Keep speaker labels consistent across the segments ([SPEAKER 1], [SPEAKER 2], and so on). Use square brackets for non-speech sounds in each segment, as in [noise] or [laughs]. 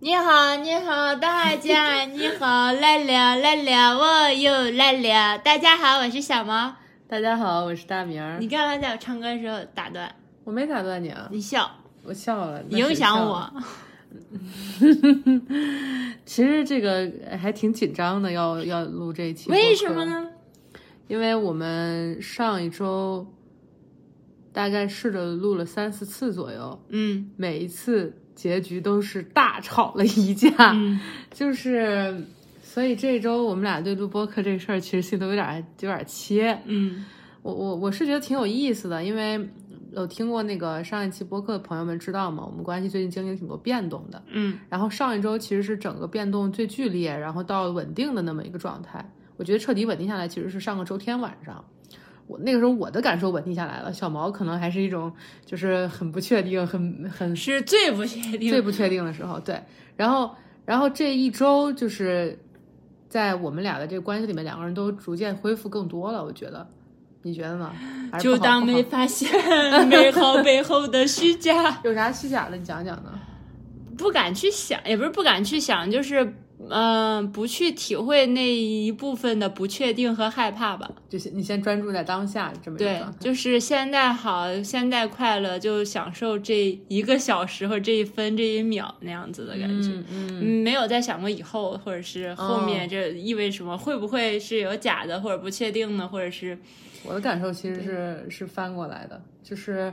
[SPEAKER 1] 你好，你好，大家你好，来了来了，我又来了。大家好，我是小毛。
[SPEAKER 2] 大家好，我是大明儿
[SPEAKER 1] 你。刚才在我唱歌的时候打断，
[SPEAKER 2] 我没打断你啊，
[SPEAKER 1] 你笑，
[SPEAKER 2] 我笑了，那谁
[SPEAKER 1] 影响
[SPEAKER 2] 笑
[SPEAKER 1] 我
[SPEAKER 2] 了。。其实这个哎还挺紧张的，要要录这一期。
[SPEAKER 1] 为什么？呢？
[SPEAKER 2] 因为我们上一周大概试着录了三四次左右，
[SPEAKER 1] 嗯
[SPEAKER 2] 每一次结局都是大吵了一架，
[SPEAKER 1] 嗯，
[SPEAKER 2] 就是。所以这周我们俩对录播课这事儿，其实心头有点有点切。
[SPEAKER 1] 嗯
[SPEAKER 2] 我我我是觉得挺有意思的，因为有听过那个上一期播客的朋友们知道嘛，我们关系最近经历了挺多变动的。
[SPEAKER 1] 嗯
[SPEAKER 2] 然后上一周其实是整个变动最剧烈，然后到稳定的那么一个状态。我觉得彻底稳定下来其实是上个周天晚上，我那个时候我的感受稳定下来了，小毛可能还是一种就是很不确定、很很
[SPEAKER 1] 是最不确定。
[SPEAKER 2] 最不确定的时候。对，然后然后这一周就是在我们俩的这个关系里面，两个人都逐渐恢复更多了，我觉得。你觉得呢？还是不
[SPEAKER 1] 就
[SPEAKER 2] 好
[SPEAKER 1] 当
[SPEAKER 2] 不好
[SPEAKER 1] 没发现美好背后的虚假，
[SPEAKER 2] 有啥虚假的，你讲讲呢？
[SPEAKER 1] 不敢去想，也不是不敢去想，就是嗯、呃不去体会那一部分的不确定和害怕吧。
[SPEAKER 2] 就是你先专注在当下这么一个
[SPEAKER 1] 对
[SPEAKER 2] 状，态。
[SPEAKER 1] 就是现在好，现在快乐，就享受这一个小时或者这一分这一秒那样子的感觉。
[SPEAKER 2] 嗯哦嗯，
[SPEAKER 1] 嗯没有再想过以后，或者是后面这意味什么，会不会是有假的，或者不确定呢，或者是
[SPEAKER 2] 我的感受其实是是翻过来的，就是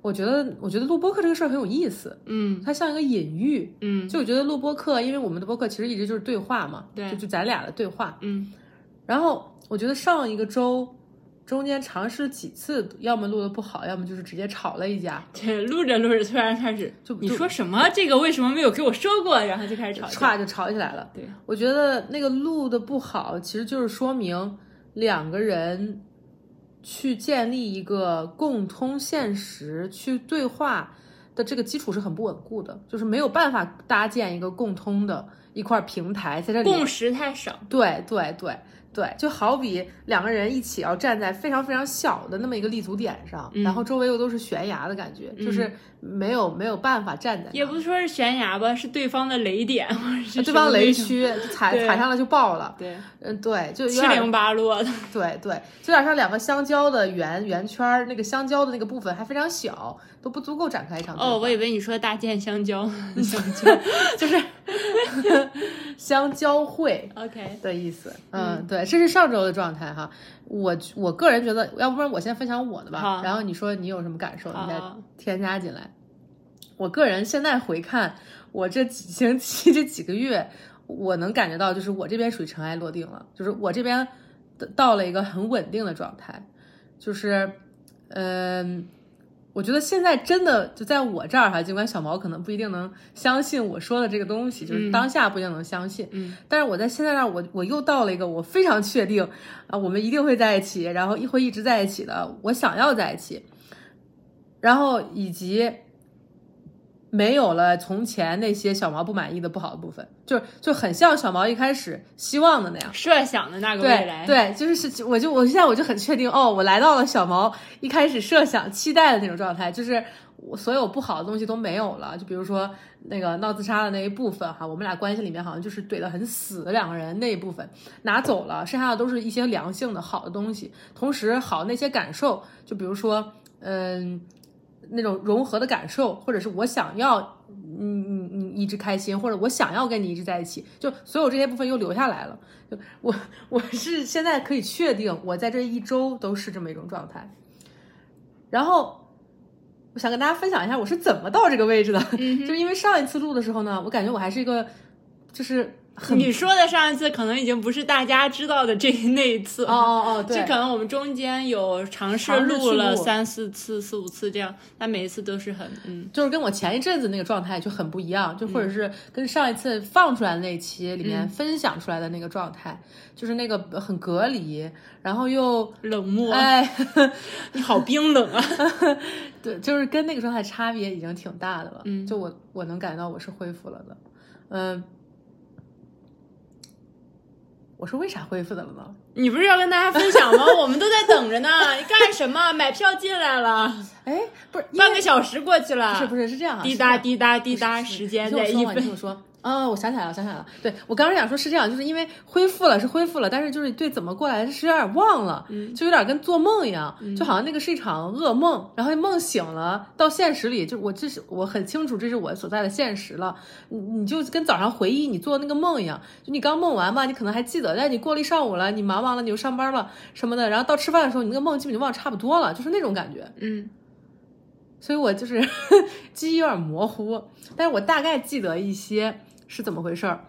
[SPEAKER 2] 我觉得我觉得录播课这个事儿很有意思，
[SPEAKER 1] 嗯
[SPEAKER 2] 它像一个隐喻。
[SPEAKER 1] 嗯
[SPEAKER 2] 就我觉得录播课，因为我们的播客其实一直就是对话嘛，
[SPEAKER 1] 对
[SPEAKER 2] 就就咱俩的对话。
[SPEAKER 1] 嗯
[SPEAKER 2] 然后我觉得上一个周中间尝试了几次，要么录的不好，要么就是直接吵了一架，
[SPEAKER 1] 对，录着录着突然开始，
[SPEAKER 2] 就
[SPEAKER 1] 你
[SPEAKER 2] 就
[SPEAKER 1] 说什么？这个为什么没有给我说过？然后就开始吵架。
[SPEAKER 2] 歘就吵起来了。
[SPEAKER 1] 对，
[SPEAKER 2] 我觉得那个录的不好，其实就是说明两个人去建立一个共通现实去对话的这个基础是很不稳固的，就是没有办法搭建一个共通的一块平台在这里。
[SPEAKER 1] 共识太少，
[SPEAKER 2] 对对对对，就好比两个人一起要站在非常非常小的那么一个立足点上，
[SPEAKER 1] 嗯
[SPEAKER 2] 然后周围又都是悬崖的感觉，就是没有没有办法站在那
[SPEAKER 1] 也
[SPEAKER 2] 儿
[SPEAKER 1] 不说是悬崖吧，是对方的雷点，或者是
[SPEAKER 2] 啊对方
[SPEAKER 1] 什么那
[SPEAKER 2] 雷
[SPEAKER 1] 种， [laughs]
[SPEAKER 2] 区踩
[SPEAKER 1] 对
[SPEAKER 2] 踩上了就爆了。
[SPEAKER 1] 对，
[SPEAKER 2] 嗯，对，就有
[SPEAKER 1] 七
[SPEAKER 2] 点
[SPEAKER 1] 零八落的，
[SPEAKER 2] 对对，就有点像两个相交的圆圆圈儿，那个相交的那个部分还非常小，都不足够展开一场对话
[SPEAKER 1] 哦，我以为你说大件香
[SPEAKER 2] [laughs]
[SPEAKER 1] 蕉。
[SPEAKER 2] 相交会 [laughs]
[SPEAKER 1] OK，
[SPEAKER 2] 的意思。嗯，对，这是上周的状态哈。我我个人觉得，要不然我先分享我的吧
[SPEAKER 1] 好，
[SPEAKER 2] 然后你说你有什么感受，
[SPEAKER 1] 好
[SPEAKER 2] 你再
[SPEAKER 1] 好
[SPEAKER 2] 添加进来。我个人现在回看我这几 [laughs] 星期这几个月，我能感觉到，就是我这边属于尘埃落定了，就是我这边的到了一个很稳定的状态，就是，嗯，我觉得现在真的就在我这儿哈，尽管小毛可能不一定能相信我说的这个东西，就是当下不一定能相信，
[SPEAKER 1] 嗯，
[SPEAKER 2] 但是我在现在那儿，我我又到了一个我非常确定啊，我们一定会在一起，然后一会一直在一起的，我想要在一起，然后以及没有了从前那些小毛不满意的不好的部分，就是就很像小毛一开始希望的那样。
[SPEAKER 1] 设想的那个未来，
[SPEAKER 2] 对对，就是是，我就我现在我就很确定，哦，我来到了小毛一开始设想期待的那种状态，就是我所有不好的东西都没有了。就比如说那个闹自杀的那一部分哈，我们俩关系里面好像就是怼得很死的两个人那一部分拿走了，剩下的都是一些良性的好的东西。同时，好那些感受，就比如说，嗯，那种融合的感受，或者是我想要。你你你一直开心，或者我想要跟你一直在一起，就所有这些部分又留下来了。就我我是现在可以确定，我在这一周都是这么一种状态。然后，我想跟大家分享一下我是怎么到这个位置的，就是因为上一次录的时候呢，我感觉我还是一个就是很
[SPEAKER 1] 你说的上一次可能已经不是大家知道的这那一 [laughs] 次，
[SPEAKER 2] 哦哦哦，对
[SPEAKER 1] 这可能我们中间有尝试
[SPEAKER 2] 尝试去
[SPEAKER 1] 录
[SPEAKER 2] 录
[SPEAKER 1] 了三四次、四五次这样，但每一次都是很嗯
[SPEAKER 2] 就是跟我前一阵子那个状态就很不一样，就或者是跟上一次放出来的那期里面分享出来的那个状态，就是那个很隔离，然后又
[SPEAKER 1] 冷漠，
[SPEAKER 2] 哎，
[SPEAKER 1] 你好冰冷啊！ [laughs]
[SPEAKER 2] 对，就是跟那个状态差别已经挺大的了。嗯，就我我能感觉到我是恢复了的，嗯。我说为啥恢复的了呢？
[SPEAKER 1] 你不是要跟大家分享吗？我们都在等着呢，你干什么？买票进来了，
[SPEAKER 2] 哎，不是，因为
[SPEAKER 1] 半个小时过去
[SPEAKER 2] 不
[SPEAKER 1] 了，
[SPEAKER 2] 是不是是这样啊，
[SPEAKER 1] 滴
[SPEAKER 2] 是这样
[SPEAKER 1] 答滴答滴答，时间在
[SPEAKER 2] 你听
[SPEAKER 1] 一
[SPEAKER 2] 我说嘛，你听
[SPEAKER 1] 分。
[SPEAKER 2] 我 [laughs] 说。啊、我想起来了，想起来了。对我刚刚想说，是这样，就是因为恢复了是恢复了，但是就是对怎么过来是有点忘了，就有点跟做梦一样，就好像那个是一场噩梦，然后梦醒了到现实里，就我这是我很清楚这是我所在的现实了。你你就跟早上回忆你做那个梦一样，就你刚梦完吧，你可能还记得，但你过了一上午了，你忙完了你又上班了什么的，然后到吃饭的时候，你那个梦基本就忘得差不多了，就是那种感觉。
[SPEAKER 1] 嗯，
[SPEAKER 2] 所以我就是 [laughs] 记忆有点模糊，但是我大概记得一些是怎么回事儿。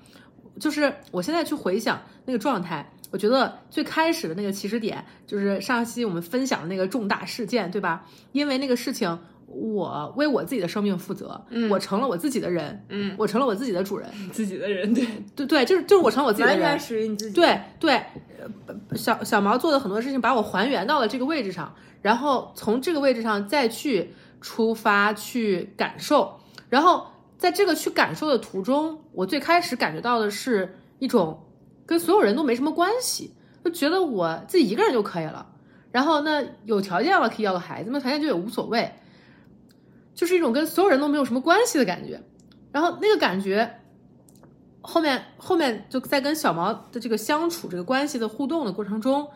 [SPEAKER 2] 就是我现在去回想那个状态，我觉得最开始的那个起始点，就是上期我们分享的那个重大事件，对吧？因为那个事情，我为我自己的生命负责，
[SPEAKER 1] 嗯
[SPEAKER 2] 我成了我自己的人，
[SPEAKER 1] 嗯，
[SPEAKER 2] 我成了我自己的主人，
[SPEAKER 1] 自己的人对，
[SPEAKER 2] 对对，就是就是我成了我自己的
[SPEAKER 1] 完
[SPEAKER 2] 人，
[SPEAKER 1] 全属于你自己。
[SPEAKER 2] 对对，呃小小毛做的很多事情把我还原到了这个位置上，然后从这个位置上再去出发去感受，然后在这个去感受的途中，我最开始感觉到的是一种跟所有人都没什么关系，就觉得我自己一个人就可以了。然后呢，有条件了可以要个孩子，没有条件就也无所谓，就是一种跟所有人都没有什么关系的感觉。然后那个感觉后面后面就在跟小毛的这个相处、这个关系的互动的过程中，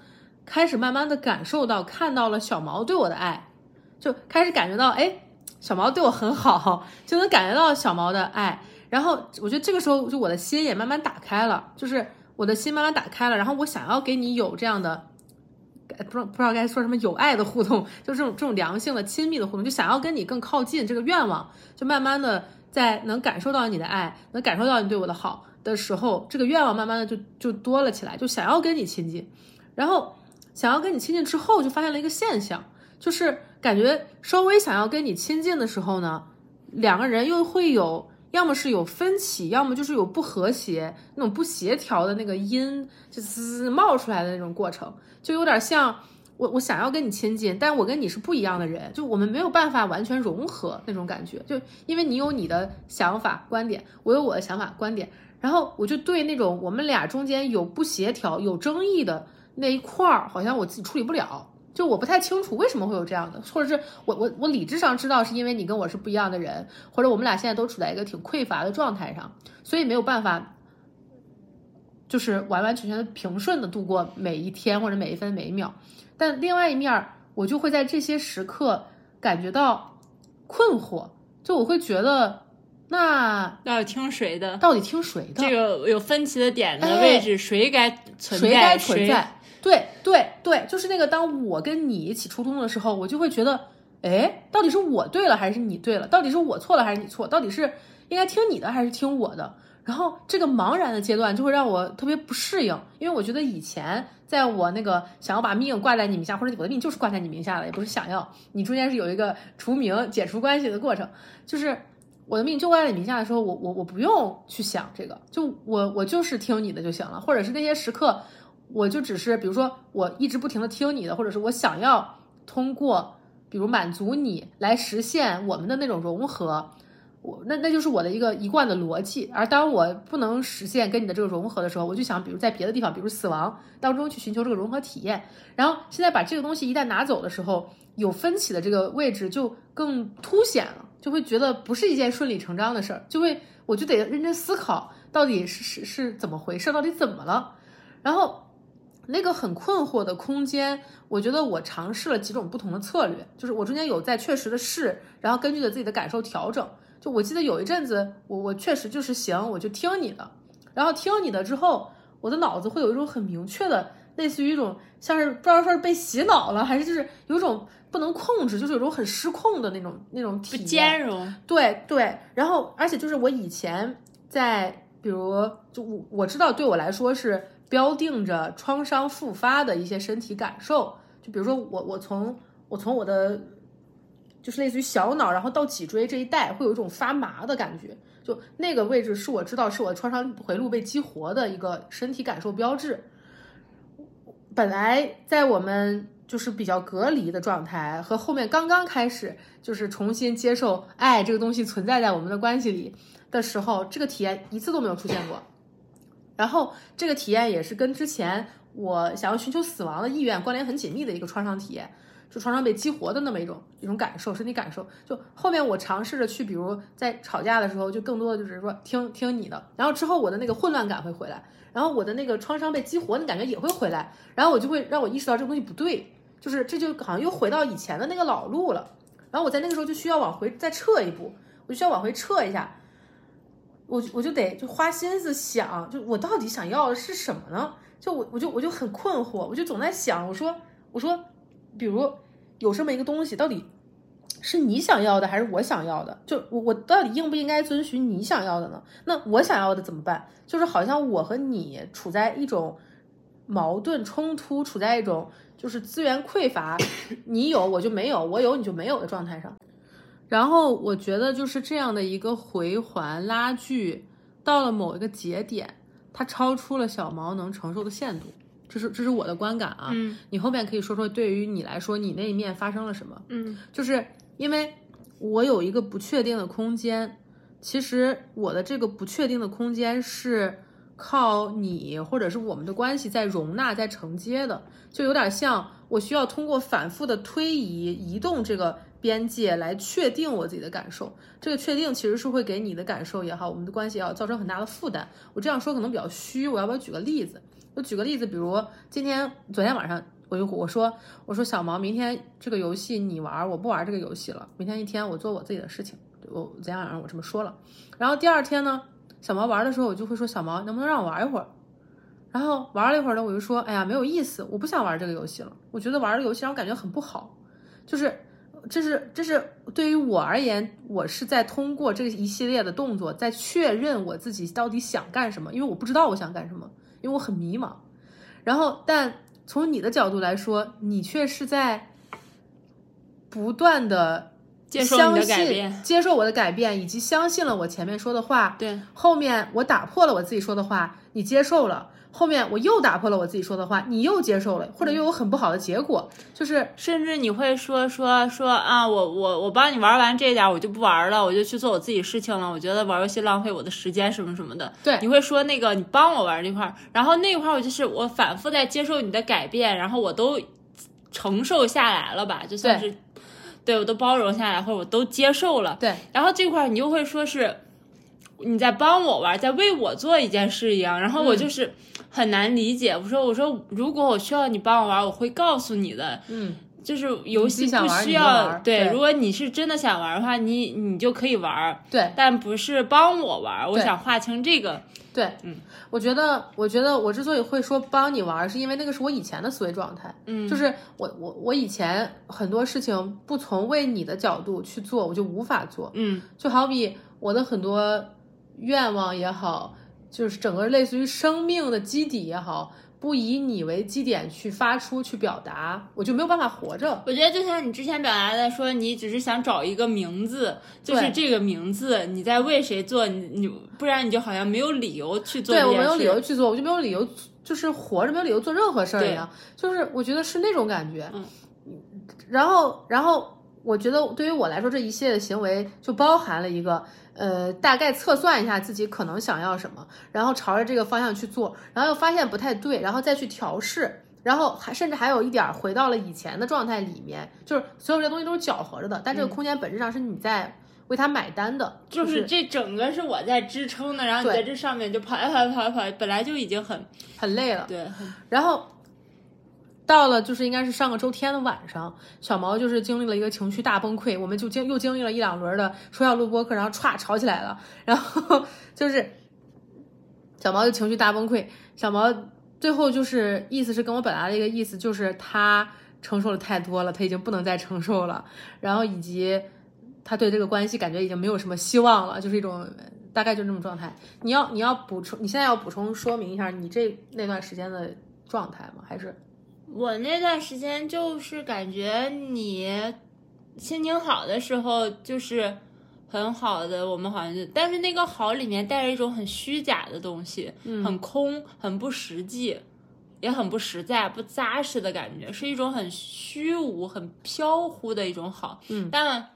[SPEAKER 2] 开始慢慢的感受到、看到了小毛对我的爱，就开始感觉到，哎，小毛对我很好， [laughs] 就能感觉到哎小毛的爱。然后我觉得这个时候，就我的心也慢慢打开了，就是我的心慢慢打开了。然后我想要给你有这样的，呃不知道不知道该说什么有爱的互动，就这种这种良性的、亲密的互动，就想要跟你更靠近这个愿望，就慢慢的在能感受到你的爱，能感受到你对我的好的时候，这个愿望慢慢的就就多了起来，就想要跟你亲近。然后想要跟你亲近之后，就发现了一个现象，就是感觉稍微想要跟你亲近的时候呢，两个人又会有。要么是有分歧，要么就是有不和谐，那种不协调的那个音就滋滋滋冒出来的那种过程，就有点像我我想要跟你亲近，但我跟你是不一样的人，就我们没有办法完全融合那种感觉，就因为你有你的想法观点，我有我的想法观点，然后我就对那种我们俩中间有不协调、有争议的那一块儿，好像我自己处理不了。就我不太清楚为什么会有这样的，或者是我我我理智上知道是因为你跟我是不一样的人，或者我们俩现在都处在一个挺匮乏的状态上，所以没有办法，就是完完全全的平顺的度过每一天或者每一分每一秒。但另外一面儿，我就会在这些时刻感觉到困惑，就我会觉得，那
[SPEAKER 1] 要听谁的？
[SPEAKER 2] 到底听谁的？
[SPEAKER 1] 这个有分歧的点的
[SPEAKER 2] 哎
[SPEAKER 1] 位置，谁该存在？
[SPEAKER 2] 谁该存在？对对对，就是那个，当我跟你一起出动的时候，我就会觉得，哎，到底是我对了还是你对了？到底是我错了还是你错？到底是应该听你的还是听我的？然后这个茫然的阶段就会让我特别不适应，因为我觉得以前在我那个想要把命挂在你名下，或者我的命就是挂在你名下的，也不是想要，你中间是有一个除名解除关系的过程，就是我的命就挂在你名下的时候，我我我不用去想这个，就我我就是听你的就行了，或者是那些时刻，我就只是比如说我一直不停的听你的，或者是我想要通过比如满足你来实现我们的那种融合，我那那就是我的一个一贯的逻辑。而当我不能实现跟你的这个融合的时候，我就想比如在别的地方，比如死亡当中去寻求这个融合体验。然后现在把这个东西一旦拿走的时候，有分歧的这个位置就更凸显了，就会觉得不是一件顺理成章的事儿，就会我就得认真思考到底是是是怎么回事，到底怎么了。然后那个很困惑的空间，我觉得我尝试了几种不同的策略，就是我中间有在确实的试，然后根据着自己的感受调整。就我记得有一阵子，我我确实就是行，我就听你的，然后听你的之后，我的脑子会有一种很明确的，类似于一种像是不知道是被洗脑了，还是就是有一种不能控制，就是有一种很失控的那种那种体
[SPEAKER 1] 不
[SPEAKER 2] 验。
[SPEAKER 1] 兼容，
[SPEAKER 2] 对对，然后而且就是我以前在，比如就我我知道对我来说是标定着创伤复发的一些身体感受，就比如说我我从我从我的就是类似于小脑，然后到脊椎这一带会有一种发麻的感觉，就那个位置是我知道是我创伤回路被激活的一个身体感受标志。本来在我们就是比较隔离的状态，和后面刚刚开始就是重新接受爱这个东西存在在我们的关系里的时候，这个体验一次都没有出现过。然后这个体验也是跟之前我想要寻求死亡的意愿关联很紧密的一个创伤体验，就创伤被激活的那么一种一种感受，身体感受。就后面我尝试着去，比如在吵架的时候，就更多的就是说听听你的，然后之后我的那个混乱感会回来，然后我的那个创伤被激活的感觉也会回来，然后我就会让我意识到这个东西不对，就是这就好像又回到以前的那个老路了。然后我在那个时候就需要往回再撤一步，我就需要往回撤一下，我就我就得就花心思想，就我到底想要的是什么呢？就我我就我就很困惑，我就总在想，我说我说，比如有这么一个东西，到底是你想要的还是我想要的？就我我到底应不应该遵循你想要的呢？那我想要的怎么办？就是好像我和你处在一种矛盾冲突，处在一种就是资源匮乏，你有我就没有，我有你就没有的状态上。然后我觉得就是这样的一个回环拉锯，到了某一个节点，它超出了小毛能承受的限度，这是这是我的观感啊。
[SPEAKER 1] 嗯
[SPEAKER 2] 你后面可以说说对于你来说，你那一面发生了什么？
[SPEAKER 1] 嗯
[SPEAKER 2] 就是因为我有一个不确定的空间，其实我的这个不确定的空间是靠你或者是我们的关系在容纳、在承接的，就有点像我需要通过反复的推移、移动这个边界来确定我自己的感受。这个确定其实是会给你的感受也好，我们的关系也好，造成很大的负担。我这样说可能比较虚，我要不要举个例子？我举个例子，比如今天昨天晚上。我就我说我说小毛，明天这个游戏你玩儿，我不玩儿这个游戏了。明天一天我做我自己的事情。我昨天晚上我这么说了，然后第二天呢，小毛玩儿的时候，我就会说小毛能不能让我玩一会儿？然后玩了一会儿呢，我就说哎呀没有意思，我不想玩这个游戏了。我觉得玩这个游戏让我感觉很不好，就是这是这是对于我而言，我是在通过这一系列的动作在确认我自己到底想干什么，因为我不知道我想干什么，因为我很迷茫。然后，但从你的角度来说，你却是在不断的
[SPEAKER 1] 接受你的改变，
[SPEAKER 2] 接受我的改变，以及相信了我前面说的话，
[SPEAKER 1] 对，
[SPEAKER 2] 后面我打破了我自己说的话，你接受了；后面我又打破了我自己说的话，你又接受了，或者又有很不好的结果，就是
[SPEAKER 1] 甚至你会说说说啊，我我我帮你玩完这点儿，我就不玩了，我就去做我自己事情了。我觉得玩游戏浪费我的时间什么什么的。
[SPEAKER 2] 对
[SPEAKER 1] 你会说那个你帮我玩这块儿，然后那块儿我就是我反复在接受你的改变，然后我都承受下来了吧，就算
[SPEAKER 2] 对
[SPEAKER 1] 是对我都包容下来，或者我都接受了。
[SPEAKER 2] 对
[SPEAKER 1] 然后这块儿你就会说是你在帮我玩，在为我做一件事一样，然后
[SPEAKER 2] 嗯
[SPEAKER 1] 我就是很难理解。我说我说，如果我需要你帮我玩，我会告诉你的。
[SPEAKER 2] 嗯，
[SPEAKER 1] 就是游戏不
[SPEAKER 2] 你自
[SPEAKER 1] 需
[SPEAKER 2] 己想玩你就
[SPEAKER 1] 要
[SPEAKER 2] 玩对
[SPEAKER 1] 对，如果你是真的想玩的话，你你就可以玩，
[SPEAKER 2] 对
[SPEAKER 1] 但不是帮我玩。我
[SPEAKER 2] 对
[SPEAKER 1] 想划清这个，
[SPEAKER 2] 对，
[SPEAKER 1] 嗯，
[SPEAKER 2] 我觉得，我觉得我之所以会说帮你玩儿，是因为那个是我以前的思维状态，
[SPEAKER 1] 嗯，
[SPEAKER 2] 就是我我我以前很多事情不从为你的角度去做，我就无法做，
[SPEAKER 1] 嗯
[SPEAKER 2] 就好比我的很多愿望也好，就是整个类似于生命的基底也好，不以你为基点去发出去表达，我就没有办法活着。
[SPEAKER 1] 我觉得就像你之前表达的说，你只是想找一个名字，就
[SPEAKER 2] 对
[SPEAKER 1] 是这个名字你在为谁做，你你不然你就好像没有理由去做
[SPEAKER 2] 对
[SPEAKER 1] 这
[SPEAKER 2] 我
[SPEAKER 1] 件
[SPEAKER 2] 没有
[SPEAKER 1] 事
[SPEAKER 2] 理由去做，我就没有理由，就是活着没有理由做任何事儿一样，就是我觉得是那种感觉。
[SPEAKER 1] 嗯，
[SPEAKER 2] 然后，然后我觉得对于我来说，这一系列的行为就包含了一个呃，大概测算一下自己可能想要什么，然后朝着这个方向去做，然后又发现不太对，然后再去调试。然后还甚至还有一点儿回到了以前的状态里面，就是所有这些东西都是搅和着的，但这个空间本质上是你在为它买单的，
[SPEAKER 1] 嗯就是是这整个是我在支撑的，然后你
[SPEAKER 2] 对
[SPEAKER 1] 在这上面就跑来跑来跑来跑来，本来就已经很
[SPEAKER 2] 很累了。
[SPEAKER 1] 对，很
[SPEAKER 2] 然后到了就是应该是上个周天的晚上，小毛就是经历了一个情绪大崩溃，我们就经又经历了一两轮的说要录播课，然后歘吵起来了，然后 [laughs] 就是小毛就情绪大崩溃，小毛最后就是意思是跟我表达的一个意思就是他承受了太多了，他已经不能再承受了，然后以及他对这个关系感觉已经没有什么希望了，就是一种大概就这种状态。你要你要补充，你现在要补充说明一下你这那段时间的状态吗？还是
[SPEAKER 1] 我那段时间就是感觉你心情好的时候就是很好的，我们好像就，但是那个好里面带着一种很虚假的东西，
[SPEAKER 2] 嗯
[SPEAKER 1] 很空，很不实际，也很不实在、不扎实的感觉，是一种很虚无、很飘忽的一种好。
[SPEAKER 2] 嗯
[SPEAKER 1] 但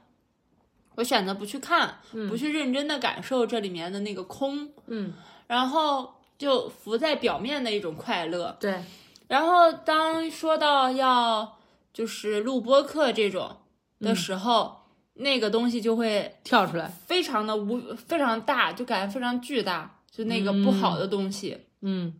[SPEAKER 1] 我选择不去看，
[SPEAKER 2] 嗯
[SPEAKER 1] 不去认真的感受这里面的那个空，
[SPEAKER 2] 嗯
[SPEAKER 1] 然后就浮在表面的一种快乐。
[SPEAKER 2] 对，
[SPEAKER 1] 然后当说到要就是录播课这种的时候，那个东西就会
[SPEAKER 2] 跳出来，
[SPEAKER 1] 非常的无非常大，就感觉非常巨大，就那个不好的东西。
[SPEAKER 2] 嗯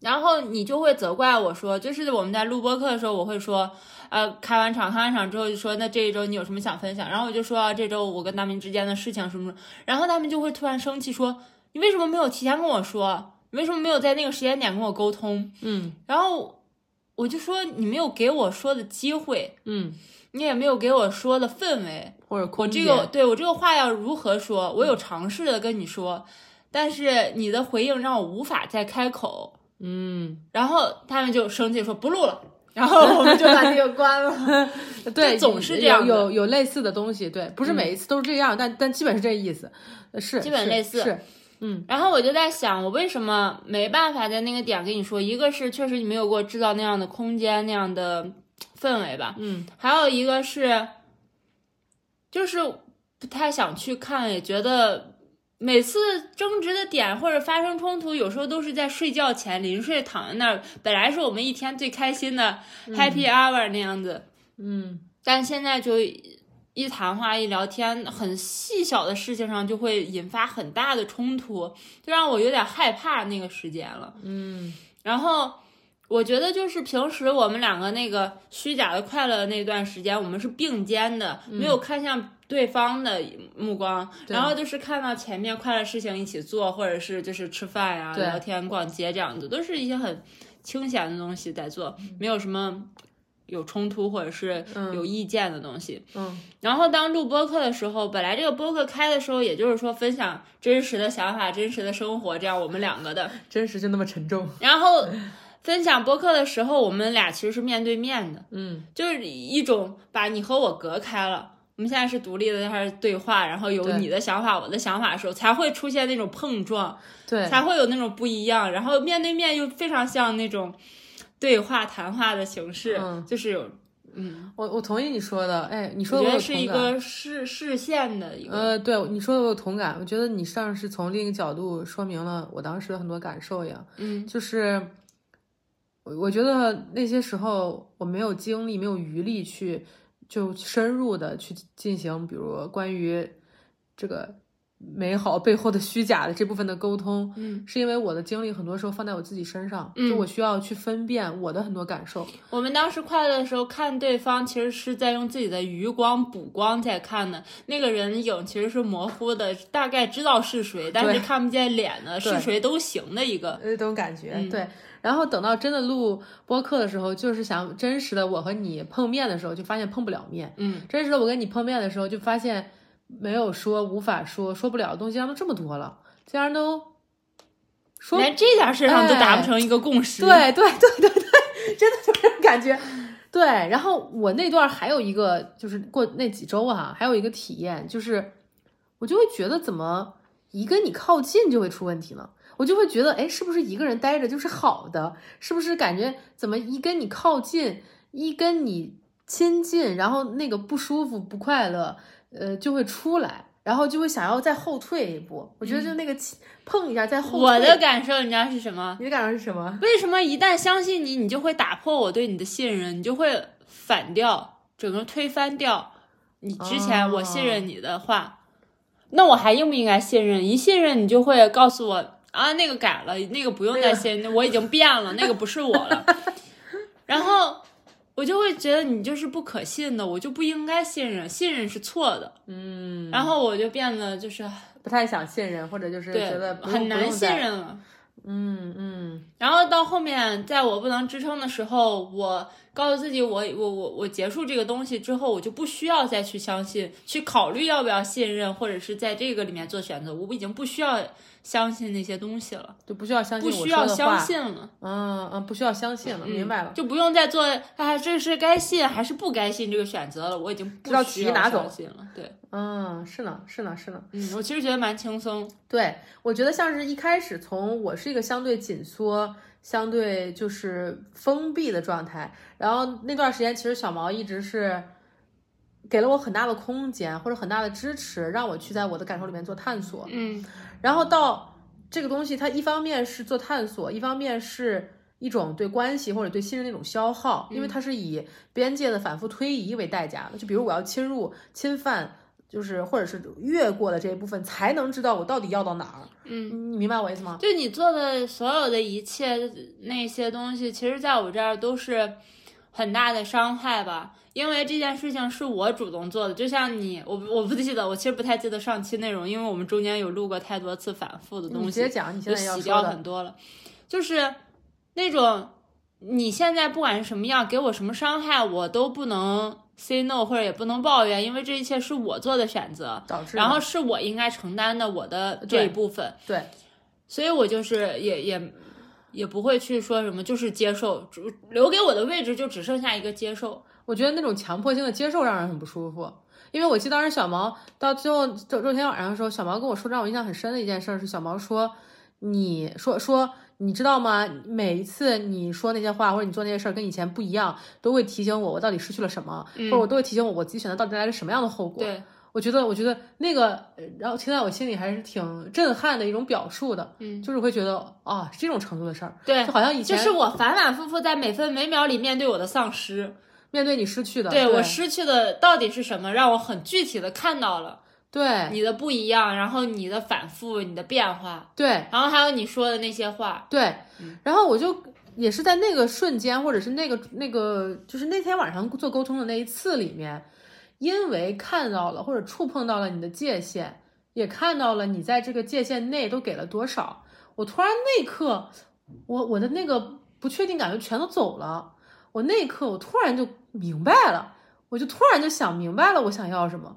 [SPEAKER 1] 然后你就会责怪我说，就是我们在录播课的时候，我会说，呃，开完场，开完场之后就说，那这一周你有什么想分享？然后我就说、啊这周我跟大明之间的事情什么什么，然后他们就会突然生气说，你为什么没有提前跟我说？你为什么没有在那个时间点跟我沟通？
[SPEAKER 2] 嗯
[SPEAKER 1] 然后我就说，你没有给我说的机会，
[SPEAKER 2] 嗯，
[SPEAKER 1] 你也没有给我说的氛围，
[SPEAKER 2] 或者空
[SPEAKER 1] 这
[SPEAKER 2] 间
[SPEAKER 1] 个对我这个话要如何说？我有尝试的跟你说，但是你的回应让我无法再开口。
[SPEAKER 2] 嗯，
[SPEAKER 1] 然后他们就生气说不录了，然后我们就把这个关了。 [laughs]
[SPEAKER 2] 对，
[SPEAKER 1] 就总是
[SPEAKER 2] 有
[SPEAKER 1] 这样的嗯
[SPEAKER 2] 有有类似的东西，对，不是每一次都是这样，但但基本是这意思，呃是
[SPEAKER 1] 基本
[SPEAKER 2] 是
[SPEAKER 1] 类似
[SPEAKER 2] 是
[SPEAKER 1] 然后我就在想，我为什么没办法在那个点跟你说？一个是确实你没有给我制造那样的空间、那样的氛围吧，
[SPEAKER 2] 嗯
[SPEAKER 1] 还有一个是，就是不太想去看，也觉得。每次争执的点或者发生冲突，有时候都是在睡觉前临睡躺在那儿。本来是我们一天最开心的 happy hour 那样子，
[SPEAKER 2] 嗯
[SPEAKER 1] 但现在就一一谈话一聊天，很细小的事情上就会引发很大的冲突，就让我有点害怕那个时间了。
[SPEAKER 2] 嗯
[SPEAKER 1] 然后我觉得就是平时我们两个那个虚假的快乐那段时间，我们是并肩的，没
[SPEAKER 2] 嗯
[SPEAKER 1] 有看向。对方的目光，然后就是看到前面快乐事情一起做，或者是就是吃饭呀、
[SPEAKER 2] 对
[SPEAKER 1] 聊天、逛街这样子，都是一些很清闲的东西在做，没有什么有冲突或者是
[SPEAKER 2] 嗯
[SPEAKER 1] 有意见的东西。
[SPEAKER 2] 嗯
[SPEAKER 1] 然后当录播课的时候，本来这个播客开的时候，也就是说分享真实的想法、真实的生活，这样我们两个的。
[SPEAKER 2] 真实就那么沉重，
[SPEAKER 1] 然后分享播客的时候，我们俩其实是面对面的，
[SPEAKER 2] 嗯
[SPEAKER 1] 就是一种把你和我隔开了。我们现在是独立的，开始对话，然后有
[SPEAKER 2] 对
[SPEAKER 1] 你的想法、我的想法的时候，才会出现那种碰撞，
[SPEAKER 2] 对，
[SPEAKER 1] 才会有那种不一样。然后面对面又非常像那种对话、谈话的形式，
[SPEAKER 2] 嗯
[SPEAKER 1] 就是有，嗯，
[SPEAKER 2] 我我同意你说的，哎，你
[SPEAKER 1] 我
[SPEAKER 2] 说的
[SPEAKER 1] 觉
[SPEAKER 2] 我
[SPEAKER 1] 得
[SPEAKER 2] 有
[SPEAKER 1] 是一
[SPEAKER 2] 同感
[SPEAKER 1] 个视视线的一个
[SPEAKER 2] 呃，对你说的我有同感，我觉得你上是从另一个角度说明了我当时的很多感受一样，
[SPEAKER 1] 嗯
[SPEAKER 2] 就是我我觉得那些时候我没有精力，没有余力去就深入的去进行，比如关于这个美好背后的虚假的这部分的沟通，
[SPEAKER 1] 嗯，
[SPEAKER 2] 是因为我的精力很多时候放在我自己身上，
[SPEAKER 1] 嗯
[SPEAKER 2] 就我需要去分辨我的很多感受，
[SPEAKER 1] 我们当时快乐的时候看对方，其实是在用自己的余光补光在看的。那个人影其实是模糊的，大概知道是谁，但是看不见脸的，
[SPEAKER 2] 对
[SPEAKER 1] 是谁都行的一个。
[SPEAKER 2] 那呃种感觉。
[SPEAKER 1] 嗯
[SPEAKER 2] 对，然后等到真的录播客的时候，就是想真实的我和你碰面的时候，就发现碰不了面；
[SPEAKER 1] 嗯
[SPEAKER 2] 真实的我跟你碰面的时候，就发现没有说、无法说、说不了的东西，竟然都这么多了，竟然都说
[SPEAKER 1] 连这点事上都
[SPEAKER 2] 哎
[SPEAKER 1] 达不成一个共识。
[SPEAKER 2] 对对对对对，真的就是这种感觉。对，然后我那段还有一个，就是过那几周啊，还有一个体验，就是我就会觉得怎么一跟你靠近就会出问题呢？我就会觉得，哎，是不是一个人待着就是好的？是不是感觉怎么一跟你靠近，一跟你亲近，然后那个不舒服、不快乐，呃，就会出来，然后就会想要再后退一步。我觉得就那个亲碰一下再后退，
[SPEAKER 1] 嗯我的感受你知道是什么？
[SPEAKER 2] 你的感受是什么？
[SPEAKER 1] 为什么一旦相信你，你就会打破我对你的信任，你就会反掉，整个推翻掉你之前
[SPEAKER 2] 哦
[SPEAKER 1] 我信任你的话？那我还应不应该信任？一信任你就会告诉我啊，那个改了，那个不用再信，我已经变了，那个不是我
[SPEAKER 2] [laughs]
[SPEAKER 1] 了。然后我就会觉得你就是不可信的，我就不应该信任，信任是错的。
[SPEAKER 2] 嗯，
[SPEAKER 1] 然后我就变得就是
[SPEAKER 2] 不太想信任，或者就是
[SPEAKER 1] 对
[SPEAKER 2] 觉得不用
[SPEAKER 1] 很难信。
[SPEAKER 2] 不用再
[SPEAKER 1] 任了。
[SPEAKER 2] 嗯嗯
[SPEAKER 1] 然后到后面，在我不能支撑的时候，我告诉自己我，我我我结束这个东西之后，我就不需要再去相信，去考虑要不要信任，或者是在这个里面做选择。我已经不需要相信那些东西了，
[SPEAKER 2] 就不需要相信
[SPEAKER 1] 不
[SPEAKER 2] 我
[SPEAKER 1] 需
[SPEAKER 2] 说
[SPEAKER 1] 要
[SPEAKER 2] 的
[SPEAKER 1] 相
[SPEAKER 2] 话。
[SPEAKER 1] 信了，
[SPEAKER 2] 嗯嗯，不需要相信了，明白了。
[SPEAKER 1] 就不用再做啊，这是该信还是不该信这个选择了。我已经不
[SPEAKER 2] 知道
[SPEAKER 1] 需
[SPEAKER 2] 题
[SPEAKER 1] 要
[SPEAKER 2] 拿走
[SPEAKER 1] 相信了。对，
[SPEAKER 2] 嗯，是呢，是呢，是呢。
[SPEAKER 1] 嗯，我其实觉得蛮轻松。
[SPEAKER 2] 对，我觉得像是一开始从我是一个相对紧缩、相对就是封闭的状态，然后那段时间其实小毛一直是给了我很大的空间或者很大的支持，让我去在我的感受里面做探索。
[SPEAKER 1] 嗯
[SPEAKER 2] 然后到这个东西它一方面是做探索，一方面是一种对关系或者对信任的一种消耗，
[SPEAKER 1] 嗯
[SPEAKER 2] 因为它是以边界的反复推移为代价的。就比如我要侵入、侵犯，就是或者是越过了这一部分，才能知道我到底要到哪儿。嗯，你明白我意思吗？
[SPEAKER 1] 就你做的所有的一切那些东西，其实在我这儿都是很大的伤害吧，因为这件事情是我主动做的。就像你，我不我不记得，我其实不太记得上期内容，因为我们中间有录过太多次反复的
[SPEAKER 2] 你
[SPEAKER 1] 东
[SPEAKER 2] 直
[SPEAKER 1] 西
[SPEAKER 2] 接，讲，你现
[SPEAKER 1] 就
[SPEAKER 2] 在要
[SPEAKER 1] 洗
[SPEAKER 2] 说
[SPEAKER 1] 掉
[SPEAKER 2] 的
[SPEAKER 1] 很。多了。就是那种你现在不管是什么样，给我什么伤害，我都不能 say no，或者也不能抱怨，因为这一切是我做的选择，
[SPEAKER 2] 导致的
[SPEAKER 1] 然后是我应该承担的我的这一部分。
[SPEAKER 2] 呃对，
[SPEAKER 1] 所以我就是也也也不会去说什么，就是接受，主留给我的位置就只剩下一个接受。
[SPEAKER 2] 我觉得那种强迫性的接受让人很不舒服。因为我记得当时小毛到最后周周天晚上的时候，小毛跟我说让我印象很深的一件事儿是，小毛说你说说你知道吗？每一次你说那些话或者你做那些事儿跟以前不一样，都会提醒我我到底失去了什么，或者我都会提醒我我自己选择到底带来了什么样的后果。
[SPEAKER 1] 嗯对，
[SPEAKER 2] 我觉得，我觉得那个，呃然后听在我心里还是挺震撼的一种表述的，
[SPEAKER 1] 嗯，
[SPEAKER 2] 就是会觉得啊，这种程度的事儿，
[SPEAKER 1] 对
[SPEAKER 2] 就好像以
[SPEAKER 1] 就
[SPEAKER 2] 前
[SPEAKER 1] 是我反反复复在每分每秒里面对我的丧失，
[SPEAKER 2] 面对你失去的，
[SPEAKER 1] 对
[SPEAKER 2] 嗯对
[SPEAKER 1] 我失去的到底是什么，让我很具体的看到了。
[SPEAKER 2] 对
[SPEAKER 1] 你的不一样，然后你的反复，你的变化，
[SPEAKER 2] 对，
[SPEAKER 1] 然后还有你说的那些话，
[SPEAKER 2] 对，然后我就也是在那个瞬间，或者是那个那个，就是那天晚上做沟通的那一次里面，因为看到了或者触碰到了你的界限，也看到了你在这个界限内都给了多少，我突然那一刻，我我的那个不确定感就全都走了，我那一刻我突然就明白了，我就突然就想明白了我想要什么，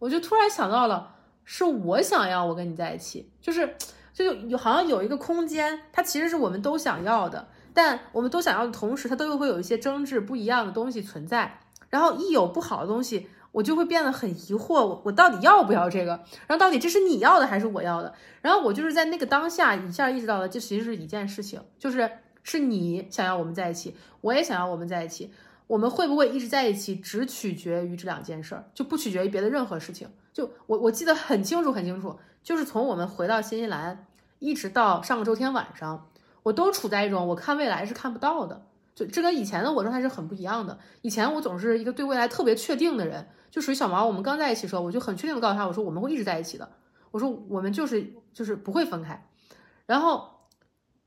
[SPEAKER 2] 我就突然想到了是我想要我跟你在一起，就是。就有有好像有一个空间，它其实是我们都想要的，但我们都想要的同时，它都会有一些争执不一样的东西存在。然后一有不好的东西，我就会变得很疑惑，我我到底要不要这个？然后到底这是你要的还是我要的？然后我就是在那个当下一下意识到了，这其实是一件事情，就是是你想要我们在一起，我也想要我们在一起。我们会不会一直在一起，只取决于这两件事儿，就不取决于别的任何事情。就我我记得很清楚，很清楚，就是从我们回到新西兰，一直到上个周天晚上，我都处在一种我看未来是看不到的，就这跟以前的我状态是很不一样的。以前我总是一个对未来特别确定的人，就属于小毛。我们刚在一起的时候，我就很确定的告诉他，我说我们会一直在一起的，我说我们就是就是不会分开。然后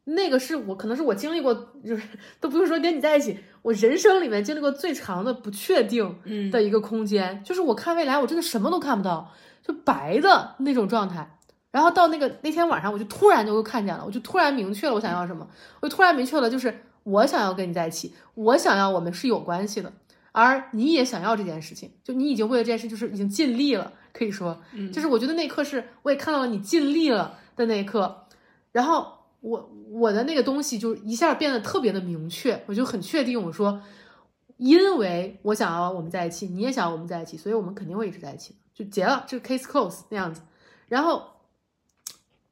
[SPEAKER 2] 那个是我可能是我经历过，就是 [laughs] 都不用说跟你在一起，我人生里面经历过最长的不确定
[SPEAKER 1] 嗯
[SPEAKER 2] 的一个空间，就是我看未来我真的什么都看不到，就白的那种状态。然后到那个那天晚上，我就突然就看见了，我就突然明确了我想要什么，我就突然明确了，就是我想要跟你在一起，我想要我们是有关系的，而你也想要这件事情，就你已经为了这件事就是已经尽力了，可以说，
[SPEAKER 1] 嗯
[SPEAKER 2] 就是我觉得那一刻是我也看到了你尽力了的那一刻，然后我我的那个东西就一下变得特别的明确，我就很确定我说，因为我想要我们在一起，你也想要我们在一起，所以我们肯定会一直在一起，就结了，这个 case close 那样子，然后。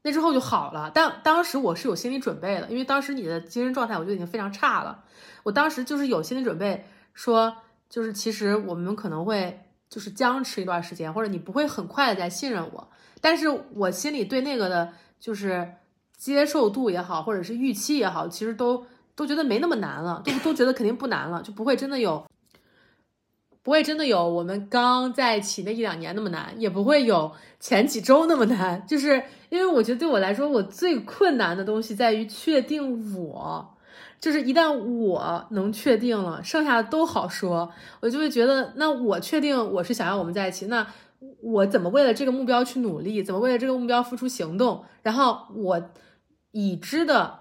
[SPEAKER 2] 那之后就好了，但当时我是有心理准备的，因为当时你的精神状态我觉得已经非常差了，我当时就是有心理准备，说就是其实我们可能会就是僵持一段时间，或者你不会很快的再信任我，但是我心里对那个的就是接受度也好，或者是预期也好，其实都都觉得没那么难了，都都觉得肯定不难了，就不会真的有。不会真的有我们刚在一起那一两年那么难，也不会有前几周那么难，就是因为我觉得对我来说，我最困难的东西在于确定我，就是一旦我能确定了，剩下的都好说，我就会觉得，那我确定我是想要我们在一起，那我怎么为了这个目标去努力，怎么为了这个目标付出行动，然后我已知的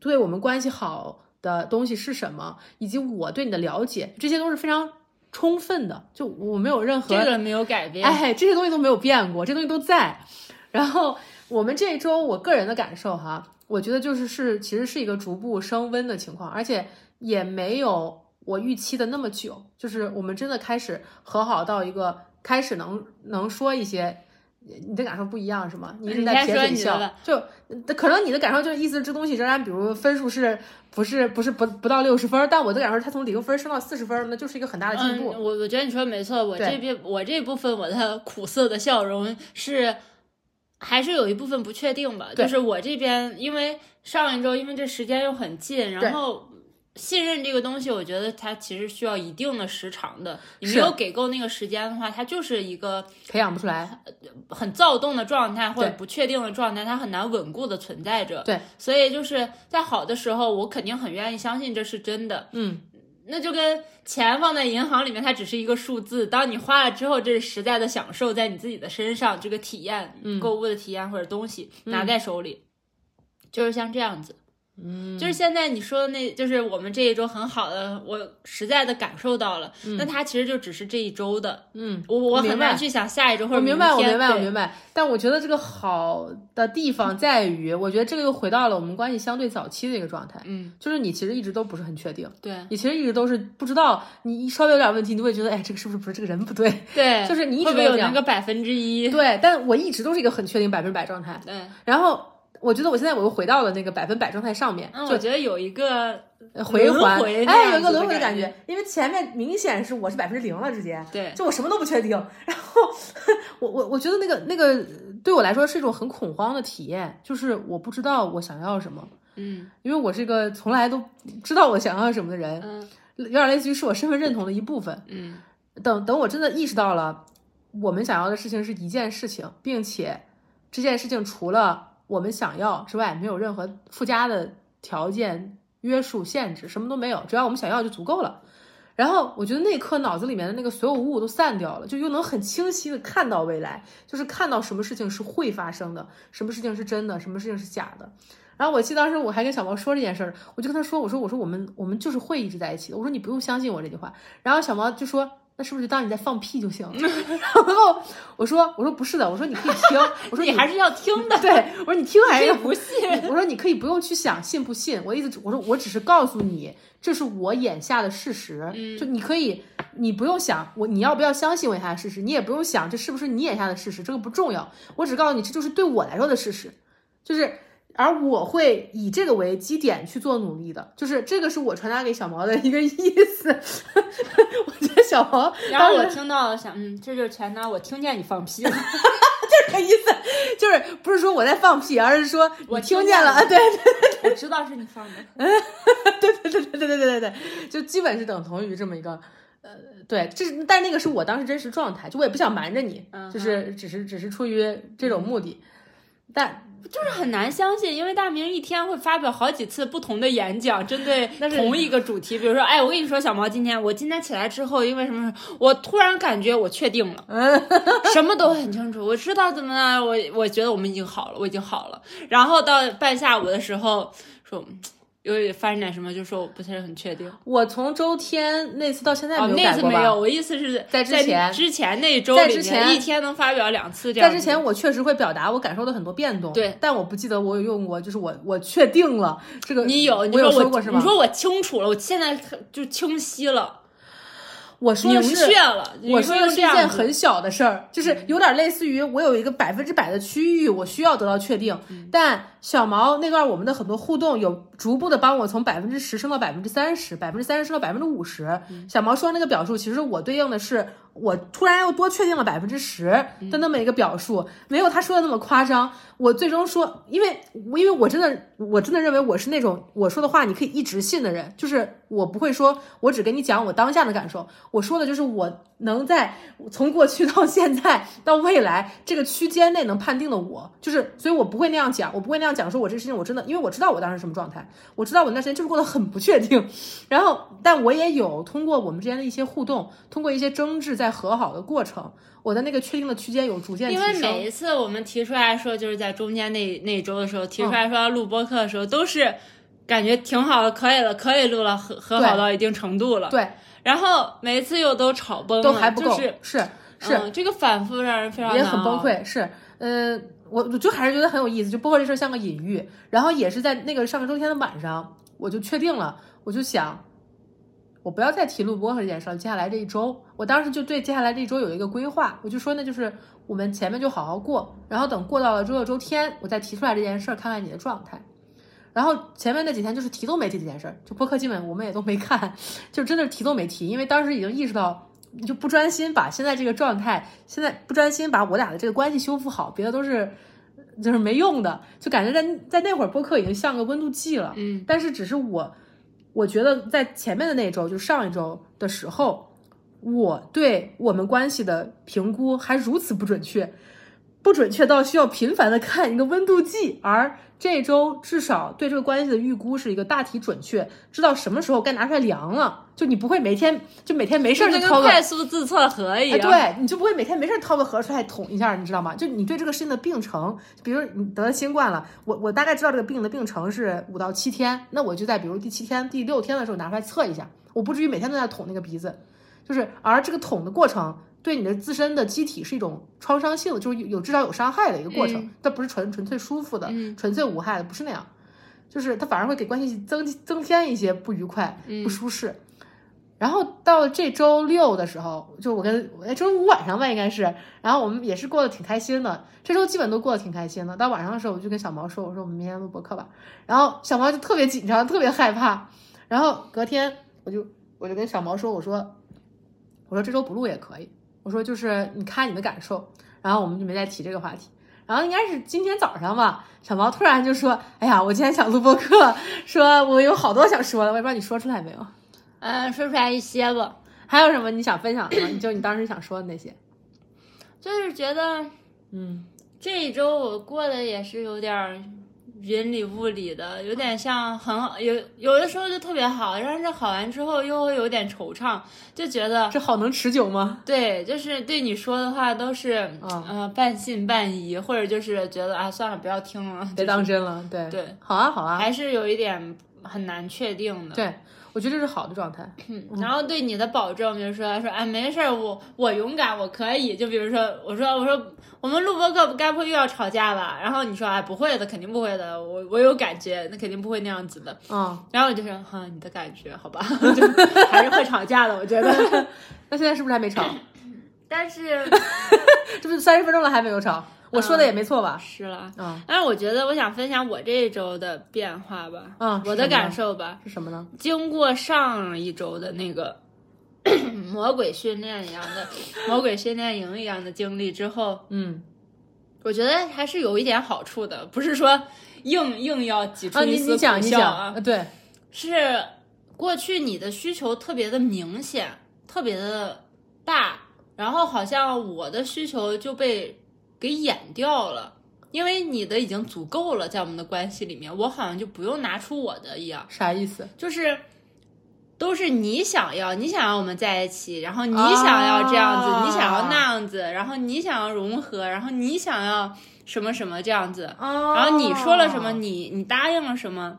[SPEAKER 2] 对我们关系好的东西是什么，以及我对你的了解，这些都是非常充分的，就我没有任何
[SPEAKER 1] 这个没有改变。
[SPEAKER 2] 哎，这些东西都没有变过，这东西都在。然后我们这一周，我个人的感受哈，我觉得就是是其实是一个逐步升温的情况，而且也没有我预期的那么久，就是我们真的开始和好到一个开始能能说一些。你的感受不一样是吗？你一直
[SPEAKER 1] 你
[SPEAKER 2] 在
[SPEAKER 1] 先
[SPEAKER 2] 撇
[SPEAKER 1] 说
[SPEAKER 2] 嘴
[SPEAKER 1] 你的
[SPEAKER 2] 笑
[SPEAKER 1] 吧，
[SPEAKER 2] 就可能你的感受就是意思这东西仍然，比如分数是不是不是不不到六十分儿，但我的感受是它从零分儿升到四十分儿，那就是一个很大的进
[SPEAKER 1] 嗯，
[SPEAKER 2] 步。
[SPEAKER 1] 我我觉得你说的没错，我 [laughs]
[SPEAKER 2] 对
[SPEAKER 1] 这边我这部分我的苦涩的笑容是还是有一部分不确定吧。
[SPEAKER 2] 对
[SPEAKER 1] 就是我这边，因为上一周因为这时间又很近，
[SPEAKER 2] 对
[SPEAKER 1] 然后信任这个东西，我觉得它其实需要一定的时长的。你没
[SPEAKER 2] 是
[SPEAKER 1] 有给够那个时间的话，它就是一个
[SPEAKER 2] 培养不出来。
[SPEAKER 1] 很躁动的状态或者
[SPEAKER 2] 对
[SPEAKER 1] 不确定的状态，它很难稳固的存在着。
[SPEAKER 2] 对，
[SPEAKER 1] 所以就是在好的时候，我肯定很愿意相信这是真的。
[SPEAKER 2] 嗯，
[SPEAKER 1] 那就跟钱放在银行里面，它只是一个数字。当你花了之后，这是实在的享受在你自己的身上，这个体验、
[SPEAKER 2] 嗯
[SPEAKER 1] 购物的体验或者东西拿在手里，就是像这样子。
[SPEAKER 2] 嗯，
[SPEAKER 1] 就是现在你说的那，就是我们这一周很好的，我实在的感受到了。那它其实就只是这一周的，
[SPEAKER 2] 嗯，
[SPEAKER 1] 我我
[SPEAKER 2] 明
[SPEAKER 1] 很
[SPEAKER 2] 白
[SPEAKER 1] 难去想下一周或者
[SPEAKER 2] 我明白，我
[SPEAKER 1] 明天
[SPEAKER 2] 明白，我
[SPEAKER 1] 对
[SPEAKER 2] 明白。但我觉得这个好的
[SPEAKER 1] [laughs]
[SPEAKER 2] 地方在于，我觉得这个又回到了我们关系相对早期的一个状态，
[SPEAKER 1] 嗯，
[SPEAKER 2] 就是你其实一直都不是很确定，
[SPEAKER 1] 对
[SPEAKER 2] 你其实一直都是不知道，你一稍微有点问题，你会觉得，哎，这个是不是不是这个人不对？ [laughs]
[SPEAKER 1] 对，
[SPEAKER 2] 就是你一直
[SPEAKER 1] 会不会
[SPEAKER 2] 都
[SPEAKER 1] 有
[SPEAKER 2] 这
[SPEAKER 1] 那
[SPEAKER 2] 样
[SPEAKER 1] 个百分之一？嗯
[SPEAKER 2] 对，但我一直都是一个很确定百分之百状态。
[SPEAKER 1] 对，
[SPEAKER 2] 然后我觉得我现在我又回到了那个百分百状态上面，
[SPEAKER 1] 嗯，
[SPEAKER 2] 就
[SPEAKER 1] 我觉得有一个
[SPEAKER 2] 回
[SPEAKER 1] 轮
[SPEAKER 2] 环，
[SPEAKER 1] 回那
[SPEAKER 2] 哎，
[SPEAKER 1] 样
[SPEAKER 2] 有一个
[SPEAKER 1] 子
[SPEAKER 2] 轮
[SPEAKER 1] 的
[SPEAKER 2] 回的
[SPEAKER 1] 感
[SPEAKER 2] 感觉，因为前面明显是我是百分之零了，直接
[SPEAKER 1] 对
[SPEAKER 2] 就我什么都不确定，然后我我我觉得那个那个对我来说是一种很恐慌的体验，就是我不知道我想要什么，
[SPEAKER 1] 嗯
[SPEAKER 2] 因为我是一个从来都不知道我想要什么的人，
[SPEAKER 1] 嗯
[SPEAKER 2] 有点类似于是我身份认同的一部分。
[SPEAKER 1] 嗯
[SPEAKER 2] 等等，我真的意识到了，我们想要的事情是一件事情，并且这件事情除了我们想要之外，没有任何附加的条件、约束、限制，什么都没有，只要我们想要就足够了。然后我觉得那一刻脑子里面的那个所有雾都散掉了，就又能很清晰的看到未来，就是看到什么事情是会发生的，什么事情是真的，什么事情是假的。然后我记得当时我还跟小毛说这件事儿，我就跟他说，我说我说我们我们就是会一直在一起的，我说你不用相信我这句话。然后小毛就说。那是不是就当你在放屁就行
[SPEAKER 1] [laughs]
[SPEAKER 2] 了？然后我说，我说不是的，我说你可以听，我说
[SPEAKER 1] 你还是要听的，
[SPEAKER 2] [laughs] 对，我说你听还
[SPEAKER 1] 谁
[SPEAKER 2] 是
[SPEAKER 1] 也
[SPEAKER 2] 要
[SPEAKER 1] 不信。
[SPEAKER 2] [laughs] 我我说你可以不用去想信不信，我意思只我说我只是告诉你，这是我眼下的事实，
[SPEAKER 1] 嗯
[SPEAKER 2] 就你可以，你不用想我你要不要相信我眼下的事实，你也不用想这是不是你眼下的事实，这个不重要，我只告诉你这就是对我来说的事实，就是。而我会以这个为基点去做努力的，就是这个是我传达给小毛的一个意思。 [laughs] 我觉得小毛
[SPEAKER 1] 然后
[SPEAKER 2] 当
[SPEAKER 1] 我
[SPEAKER 2] 时
[SPEAKER 1] 听到了，想，嗯，这就是全拿我听见你放 [laughs] 屁了，
[SPEAKER 2] 这个意思就是不是说我在放屁，而是说你
[SPEAKER 1] 我
[SPEAKER 2] 听
[SPEAKER 1] 听
[SPEAKER 2] 见
[SPEAKER 1] 见
[SPEAKER 2] 了，
[SPEAKER 1] 了啊
[SPEAKER 2] 对
[SPEAKER 1] 我知道是你放的。
[SPEAKER 2] [laughs] 对对对对对对对对，就基本是等同于这么一个，呃，对，这是但那个是我当时真实状态，就我也不想瞒着你，
[SPEAKER 1] 嗯哼嗯
[SPEAKER 2] 就是只是只是出于这种目的，但
[SPEAKER 1] 就是很难相信，因为大明一天会发表好几次不同的演讲，针 [laughs] 对
[SPEAKER 2] 但是
[SPEAKER 1] 同一个主题。比如说，哎，我跟你说，小毛今天我今天起来之后，因为什么什么，我突然感觉我确定了， [laughs] 什么都很清楚，我知道怎么了，我我觉得我们已经好了，我已经好了。然后到半下午的时候，说嗯有点发生点什么，就说我不是很确定。
[SPEAKER 2] 我从周天那次到现在
[SPEAKER 1] 哦，
[SPEAKER 2] 没有
[SPEAKER 1] 那
[SPEAKER 2] 改
[SPEAKER 1] 次
[SPEAKER 2] 过吧？
[SPEAKER 1] 没有，我意思是
[SPEAKER 2] 在之前
[SPEAKER 1] 之前那一周
[SPEAKER 2] 在
[SPEAKER 1] 里
[SPEAKER 2] 之
[SPEAKER 1] 面
[SPEAKER 2] 前
[SPEAKER 1] 一天能发表两次这样
[SPEAKER 2] 在
[SPEAKER 1] 子。
[SPEAKER 2] 之前，我确实会表达我感受的很多变动，
[SPEAKER 1] 对，
[SPEAKER 2] 但我不记得我有用过，就是我我确定了这个，
[SPEAKER 1] 你有，
[SPEAKER 2] 我
[SPEAKER 1] 你说
[SPEAKER 2] 说过是吗？
[SPEAKER 1] 你说我清楚了，我现在看就清晰了，
[SPEAKER 2] 我说
[SPEAKER 1] 明
[SPEAKER 2] 的是
[SPEAKER 1] 确了。
[SPEAKER 2] 我
[SPEAKER 1] 你
[SPEAKER 2] 说
[SPEAKER 1] 就
[SPEAKER 2] 的是
[SPEAKER 1] 这
[SPEAKER 2] 嗯一
[SPEAKER 1] 样
[SPEAKER 2] 件
[SPEAKER 1] 子
[SPEAKER 2] 很小的事儿，就是有点类似于我有一个百分之百的区域，我需要得到确定。但小毛那段我们的很多互动，有逐步的帮我从百分之十升到百分之三十，百分之三十升到百分之五十。小毛说那个表述，其实我对应的是我突然又多确定了百分之十的那么一个表述，没有他说的那么夸张。我最终说，因为因为我真的我真的认为我是那种我说的话你可以一直信的人，就是我不会说我只跟你讲我当下的感受，我说的就是我能在从过去到现在到未来这个区间内能判定的我，就是所以我不会那样讲，我不会那样讲说我这个事情我真的，因为我知道我当时什么状态，我知道我那段时间就是过得很不确定，然后但我也有通过我们之间的一些互动，通过一些争执在和好的过程，我的那个确定的区间有逐渐提
[SPEAKER 1] 因
[SPEAKER 2] 升，
[SPEAKER 1] 为每一次我们提出来说，就是在中间那那一周的时候
[SPEAKER 2] 嗯
[SPEAKER 1] 提出来说要录播客的时候，都是感觉挺好的，可以了，可以录了，和和好
[SPEAKER 2] 对
[SPEAKER 1] 到一定程度了。
[SPEAKER 2] 对
[SPEAKER 1] 然后每一次又都吵崩了，
[SPEAKER 2] 都还不够，
[SPEAKER 1] 嗯就是
[SPEAKER 2] 是。是
[SPEAKER 1] 嗯，这个反复让人非常
[SPEAKER 2] 也很
[SPEAKER 1] 难熬
[SPEAKER 2] 崩。溃。是，呃，我我就还是觉得很有意思，就包括这事儿像个隐喻。然后也是在那个上个周天的晚上，我就确定了，我就想，我不要再提录播和这件事儿。接下来这一周，我当时就对接下来这一周有一个规划，我就说那就是我们前面就好好过，然后等过到了周六周天，我再提出来这件事儿，看看你的状态。然后前面那几天就是提都没提这件事儿，就播客基本我们也都没看，就真的是提都没提，因为当时已经意识到，你就不专心把现在这个状态，现在不专心把我俩的这个关系修复好，别的都是就是没用的，就感觉在在那会儿播客已经像个温度计了。
[SPEAKER 1] 嗯
[SPEAKER 2] 但是只是我，我觉得在前面的那一周，就上一周的时候，我对我们关系的评估还如此不准确，不准确到需要频繁的看一个温度计。而这一周至少对这个关系的预估是一个大体准确，知道什么时候该拿出来量了。就你不会每天就每天没事儿
[SPEAKER 1] 就
[SPEAKER 2] 就
[SPEAKER 1] 跟
[SPEAKER 2] 掏个
[SPEAKER 1] 快速自测盒一
[SPEAKER 2] 哎，
[SPEAKER 1] 样。，
[SPEAKER 2] 对，你就不会每天没事儿掏个盒出来捅一下，你知道吗？就你对这个事情的病程，比如你得了新冠了，我我大概知道这个病的病程是五到七天，那我就在比如第七天、第六天的时候拿出来测一下，我不至于每天都在捅那个鼻子，就是而这个捅的过程。对你的自身的机体是一种创伤性的，就是有有至少有伤害的一个过程
[SPEAKER 1] 嗯，
[SPEAKER 2] 它不是纯纯粹舒服的，
[SPEAKER 1] 嗯
[SPEAKER 2] 纯粹无害的，不是那样，就是它反而会给关系增增添一些不愉快、
[SPEAKER 1] 嗯
[SPEAKER 2] 不舒适。然后到了这周六的时候，就我跟我哎周五晚上吧，应该是，然后我们也是过得挺开心的，这周基本都过得挺开心的。到晚上的时候，我就跟小毛说：“我说我们明天录播客吧。”然后小毛就特别紧张，特别害怕。然后隔天我就我就跟小毛说：“我说我说这周不录也可以，我说就是你看你的感受。”然后我们就没再提这个话题。然后应该是今天早上吧，小毛突然就说：“哎呀，我今天想录播客，说我有好多想说的，我也不知道你说出来没有。”
[SPEAKER 1] 嗯，说出来一些吧，
[SPEAKER 2] 还有什么你想分享的吗？就你当时想说的
[SPEAKER 1] [laughs]
[SPEAKER 2] 那些。
[SPEAKER 1] 就是觉得
[SPEAKER 2] 嗯
[SPEAKER 1] 这一周我过得也是有点儿云里雾里的，有点像很好，有有的时候就特别好，但是好完之后又会有点惆怅，就觉得，
[SPEAKER 2] 这好能持久吗？
[SPEAKER 1] 对，就是对你说的话都是
[SPEAKER 2] 啊
[SPEAKER 1] 呃半信半疑，或者就是觉得啊算了不要听了，
[SPEAKER 2] 别当真了，对
[SPEAKER 1] 对，
[SPEAKER 2] 好啊好啊，
[SPEAKER 1] 还是有一点很难确定的。
[SPEAKER 2] 对我觉得这是好的状态。
[SPEAKER 1] 嗯然后对你的保证，比如说说哎没事儿，我我勇敢，我可以。就比如说我说我说我们录播课不该不会又要吵架吧？然后你说哎不会的，肯定不会的，我我有感觉，那肯定不会那样子的。
[SPEAKER 2] 嗯，
[SPEAKER 1] 然后我就说哈你的感觉好吧， [laughs] 就还是会吵架的，我觉
[SPEAKER 2] [laughs]
[SPEAKER 1] 得。
[SPEAKER 2] 那现在是不是还没吵？ [clears throat]
[SPEAKER 1] 但是
[SPEAKER 2] 这不三十分钟了还没有吵？我说的也没错吧？
[SPEAKER 1] 是了，
[SPEAKER 2] 嗯
[SPEAKER 1] 但是我觉得我想分享我这一周的变化吧，
[SPEAKER 2] 嗯
[SPEAKER 1] 我的感受吧。
[SPEAKER 2] 是什么呢？
[SPEAKER 1] 经过上一周的那个 [clears throat] 魔鬼训练一样
[SPEAKER 2] [laughs]
[SPEAKER 1] 的魔鬼训练营一样的经历之后，
[SPEAKER 2] 嗯
[SPEAKER 1] 我觉得还是有一点好处的，不是说硬 [laughs] 硬要挤出
[SPEAKER 2] 啊，
[SPEAKER 1] 一
[SPEAKER 2] 你
[SPEAKER 1] 丝
[SPEAKER 2] 你
[SPEAKER 1] 苦
[SPEAKER 2] 讲你
[SPEAKER 1] 笑
[SPEAKER 2] 讲
[SPEAKER 1] 啊，，
[SPEAKER 2] 对，
[SPEAKER 1] 是过去你的需求特别的明显，特别的大，然后好像我的需求就被给掩掉了。因为你的已经足够了，在我们的关系里面，我好像就不用拿出我的一样。
[SPEAKER 2] 啥意思？
[SPEAKER 1] 就是都是你想要，你想要我们在一起，然后你
[SPEAKER 2] 啊
[SPEAKER 1] 想要这样子，你想要那样子，然后你想要融合，然后你想要什么什么这样子，
[SPEAKER 2] 哦
[SPEAKER 1] 然后你说了什么，你你答应了什么，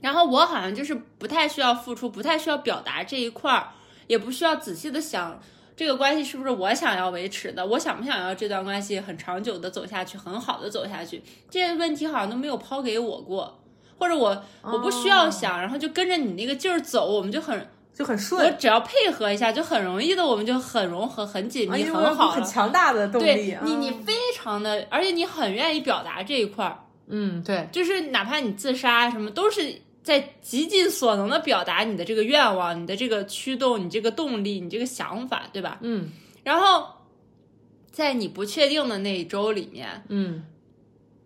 [SPEAKER 1] 然后我好像就是不太需要付出，不太需要表达这一块儿，也不需要仔细的想。这个关系是不是我想要维持的？我想不想要这段关系很长久的走下去，很好的走下去？这些问题好像都没有抛给我过，或者我我不需要想，然后就跟着你那个劲儿走，我们就很，
[SPEAKER 2] 就很
[SPEAKER 1] 我
[SPEAKER 2] 顺，
[SPEAKER 1] 只要配合一下，就很容易的，我们就很融合、很紧密、
[SPEAKER 2] 因为我有
[SPEAKER 1] 很好
[SPEAKER 2] 很
[SPEAKER 1] 了。
[SPEAKER 2] 强大的动力
[SPEAKER 1] 对
[SPEAKER 2] 啊。
[SPEAKER 1] 你，你非常的，而且你很愿意表达这一块儿，
[SPEAKER 2] 嗯对，
[SPEAKER 1] 就是哪怕你自杀什么，都是在极尽所能的表达你的这个愿望、你的这个驱动、你这个动力、你这个想法，对吧？
[SPEAKER 2] 嗯
[SPEAKER 1] 然后，在你不确定的那一周里面，
[SPEAKER 2] 嗯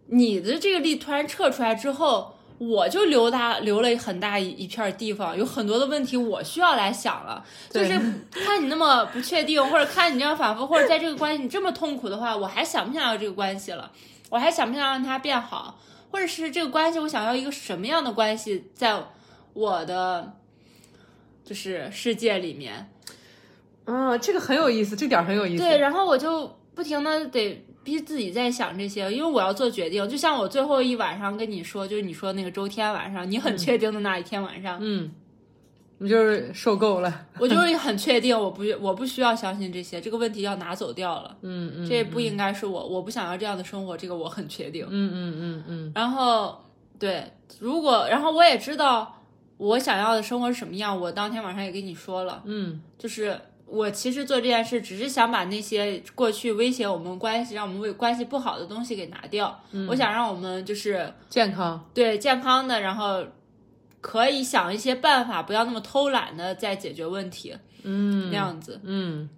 [SPEAKER 1] 你的这个力突然撤出来之后，我就留大留了很大一一片地方，有很多的问题我需要来想了。就
[SPEAKER 2] 对
[SPEAKER 1] 是看你那么不确定，或者看你这样反复，或者在这个关系你这么痛苦的话，我还想不想要这个关系了？我还想不想让它变好？或者是这个关系，我想要一个什么样的关系，在我的就是世界里面？
[SPEAKER 2] 嗯，这个很有意思，这点儿很有意思。
[SPEAKER 1] 对，然后我就不停的得逼自己在想这些，因为我要做决定。就像我最后一晚上跟你说，就是你说那个周天晚上，你很确定的那一天晚上，
[SPEAKER 2] 嗯，我就是受够了。
[SPEAKER 1] 我就是很确定，我不我不需要相信这些，这个问题要拿走掉了，
[SPEAKER 2] 嗯嗯，
[SPEAKER 1] 这不应该是我，我不想要这样的生活，这个我很确定。
[SPEAKER 2] 嗯嗯嗯嗯
[SPEAKER 1] 然后对，如果然后我也知道我想要的生活是什么样，我当天晚上也跟你说了。
[SPEAKER 2] 嗯
[SPEAKER 1] 就是我其实做这件事，只是想把那些过去威胁我们关系、让我们为关系不好的东西给拿掉。我想让我们就是
[SPEAKER 2] 嗯，健康。
[SPEAKER 1] 对健康的，然后可以想一些办法，不要那么偷懒的在解决问题
[SPEAKER 2] 嗯
[SPEAKER 1] 那样子。
[SPEAKER 2] 嗯，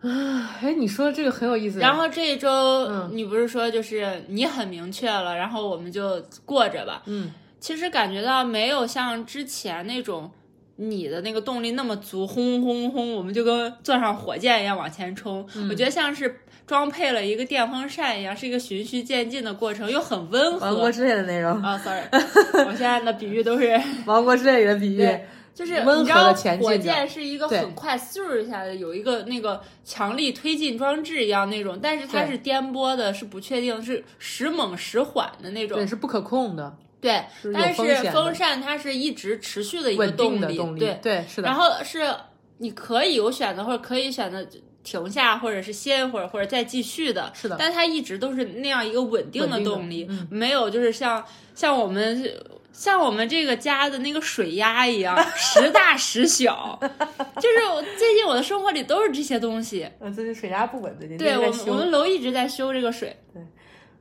[SPEAKER 2] 啊，哎，你说的这个很有意思。
[SPEAKER 1] 然后这一周、
[SPEAKER 2] 嗯
[SPEAKER 1] 你不是说就是你很明确了，然后我们就过着吧。
[SPEAKER 2] 嗯，
[SPEAKER 1] 其实感觉到没有像之前那种你的那个动力那么足，轰轰轰，我们就跟坐上火箭一样往前冲。
[SPEAKER 2] 嗯
[SPEAKER 1] 我觉得像是装配了一个电风扇一样，是一个循序渐进的过程，又很温
[SPEAKER 2] 王国
[SPEAKER 1] 和。
[SPEAKER 2] 之泪的内容，
[SPEAKER 1] 啊、s o r r y 我现在的比喻都是
[SPEAKER 2] 王国之泪的比喻，
[SPEAKER 1] 对就是
[SPEAKER 2] 温和
[SPEAKER 1] 你知道
[SPEAKER 2] 地前进着
[SPEAKER 1] 火箭是一个
[SPEAKER 2] 对
[SPEAKER 1] 很快嗖一下的，有一个那个强力推进装置一样那种，但是它
[SPEAKER 2] 对
[SPEAKER 1] 是颠簸的，是不确定，是时猛时缓的那种
[SPEAKER 2] 对，。是不可控的，
[SPEAKER 1] 对，
[SPEAKER 2] 是有
[SPEAKER 1] 但
[SPEAKER 2] 风
[SPEAKER 1] 是
[SPEAKER 2] 险的
[SPEAKER 1] 风扇它是一直持续的一个
[SPEAKER 2] 稳定的
[SPEAKER 1] 力，
[SPEAKER 2] 动力，
[SPEAKER 1] 对。
[SPEAKER 2] 是的。
[SPEAKER 1] 然后是你可以有选择，或者可以选择停下，或者是歇一会儿，或者再继续的。
[SPEAKER 2] 是的
[SPEAKER 1] 但它一直都是那样一个稳定的
[SPEAKER 2] 稳定的
[SPEAKER 1] 动力，
[SPEAKER 2] 嗯
[SPEAKER 1] 没有就是像像我们。像我们这个家的那个水压一
[SPEAKER 2] [laughs]
[SPEAKER 1] 样，时大时小，就是我最近我的生活里都是这些东西。
[SPEAKER 2] 我嗯最近水压不稳，最近
[SPEAKER 1] 对
[SPEAKER 2] 在
[SPEAKER 1] 我们，
[SPEAKER 2] 修
[SPEAKER 1] 我们楼一直在修这个水。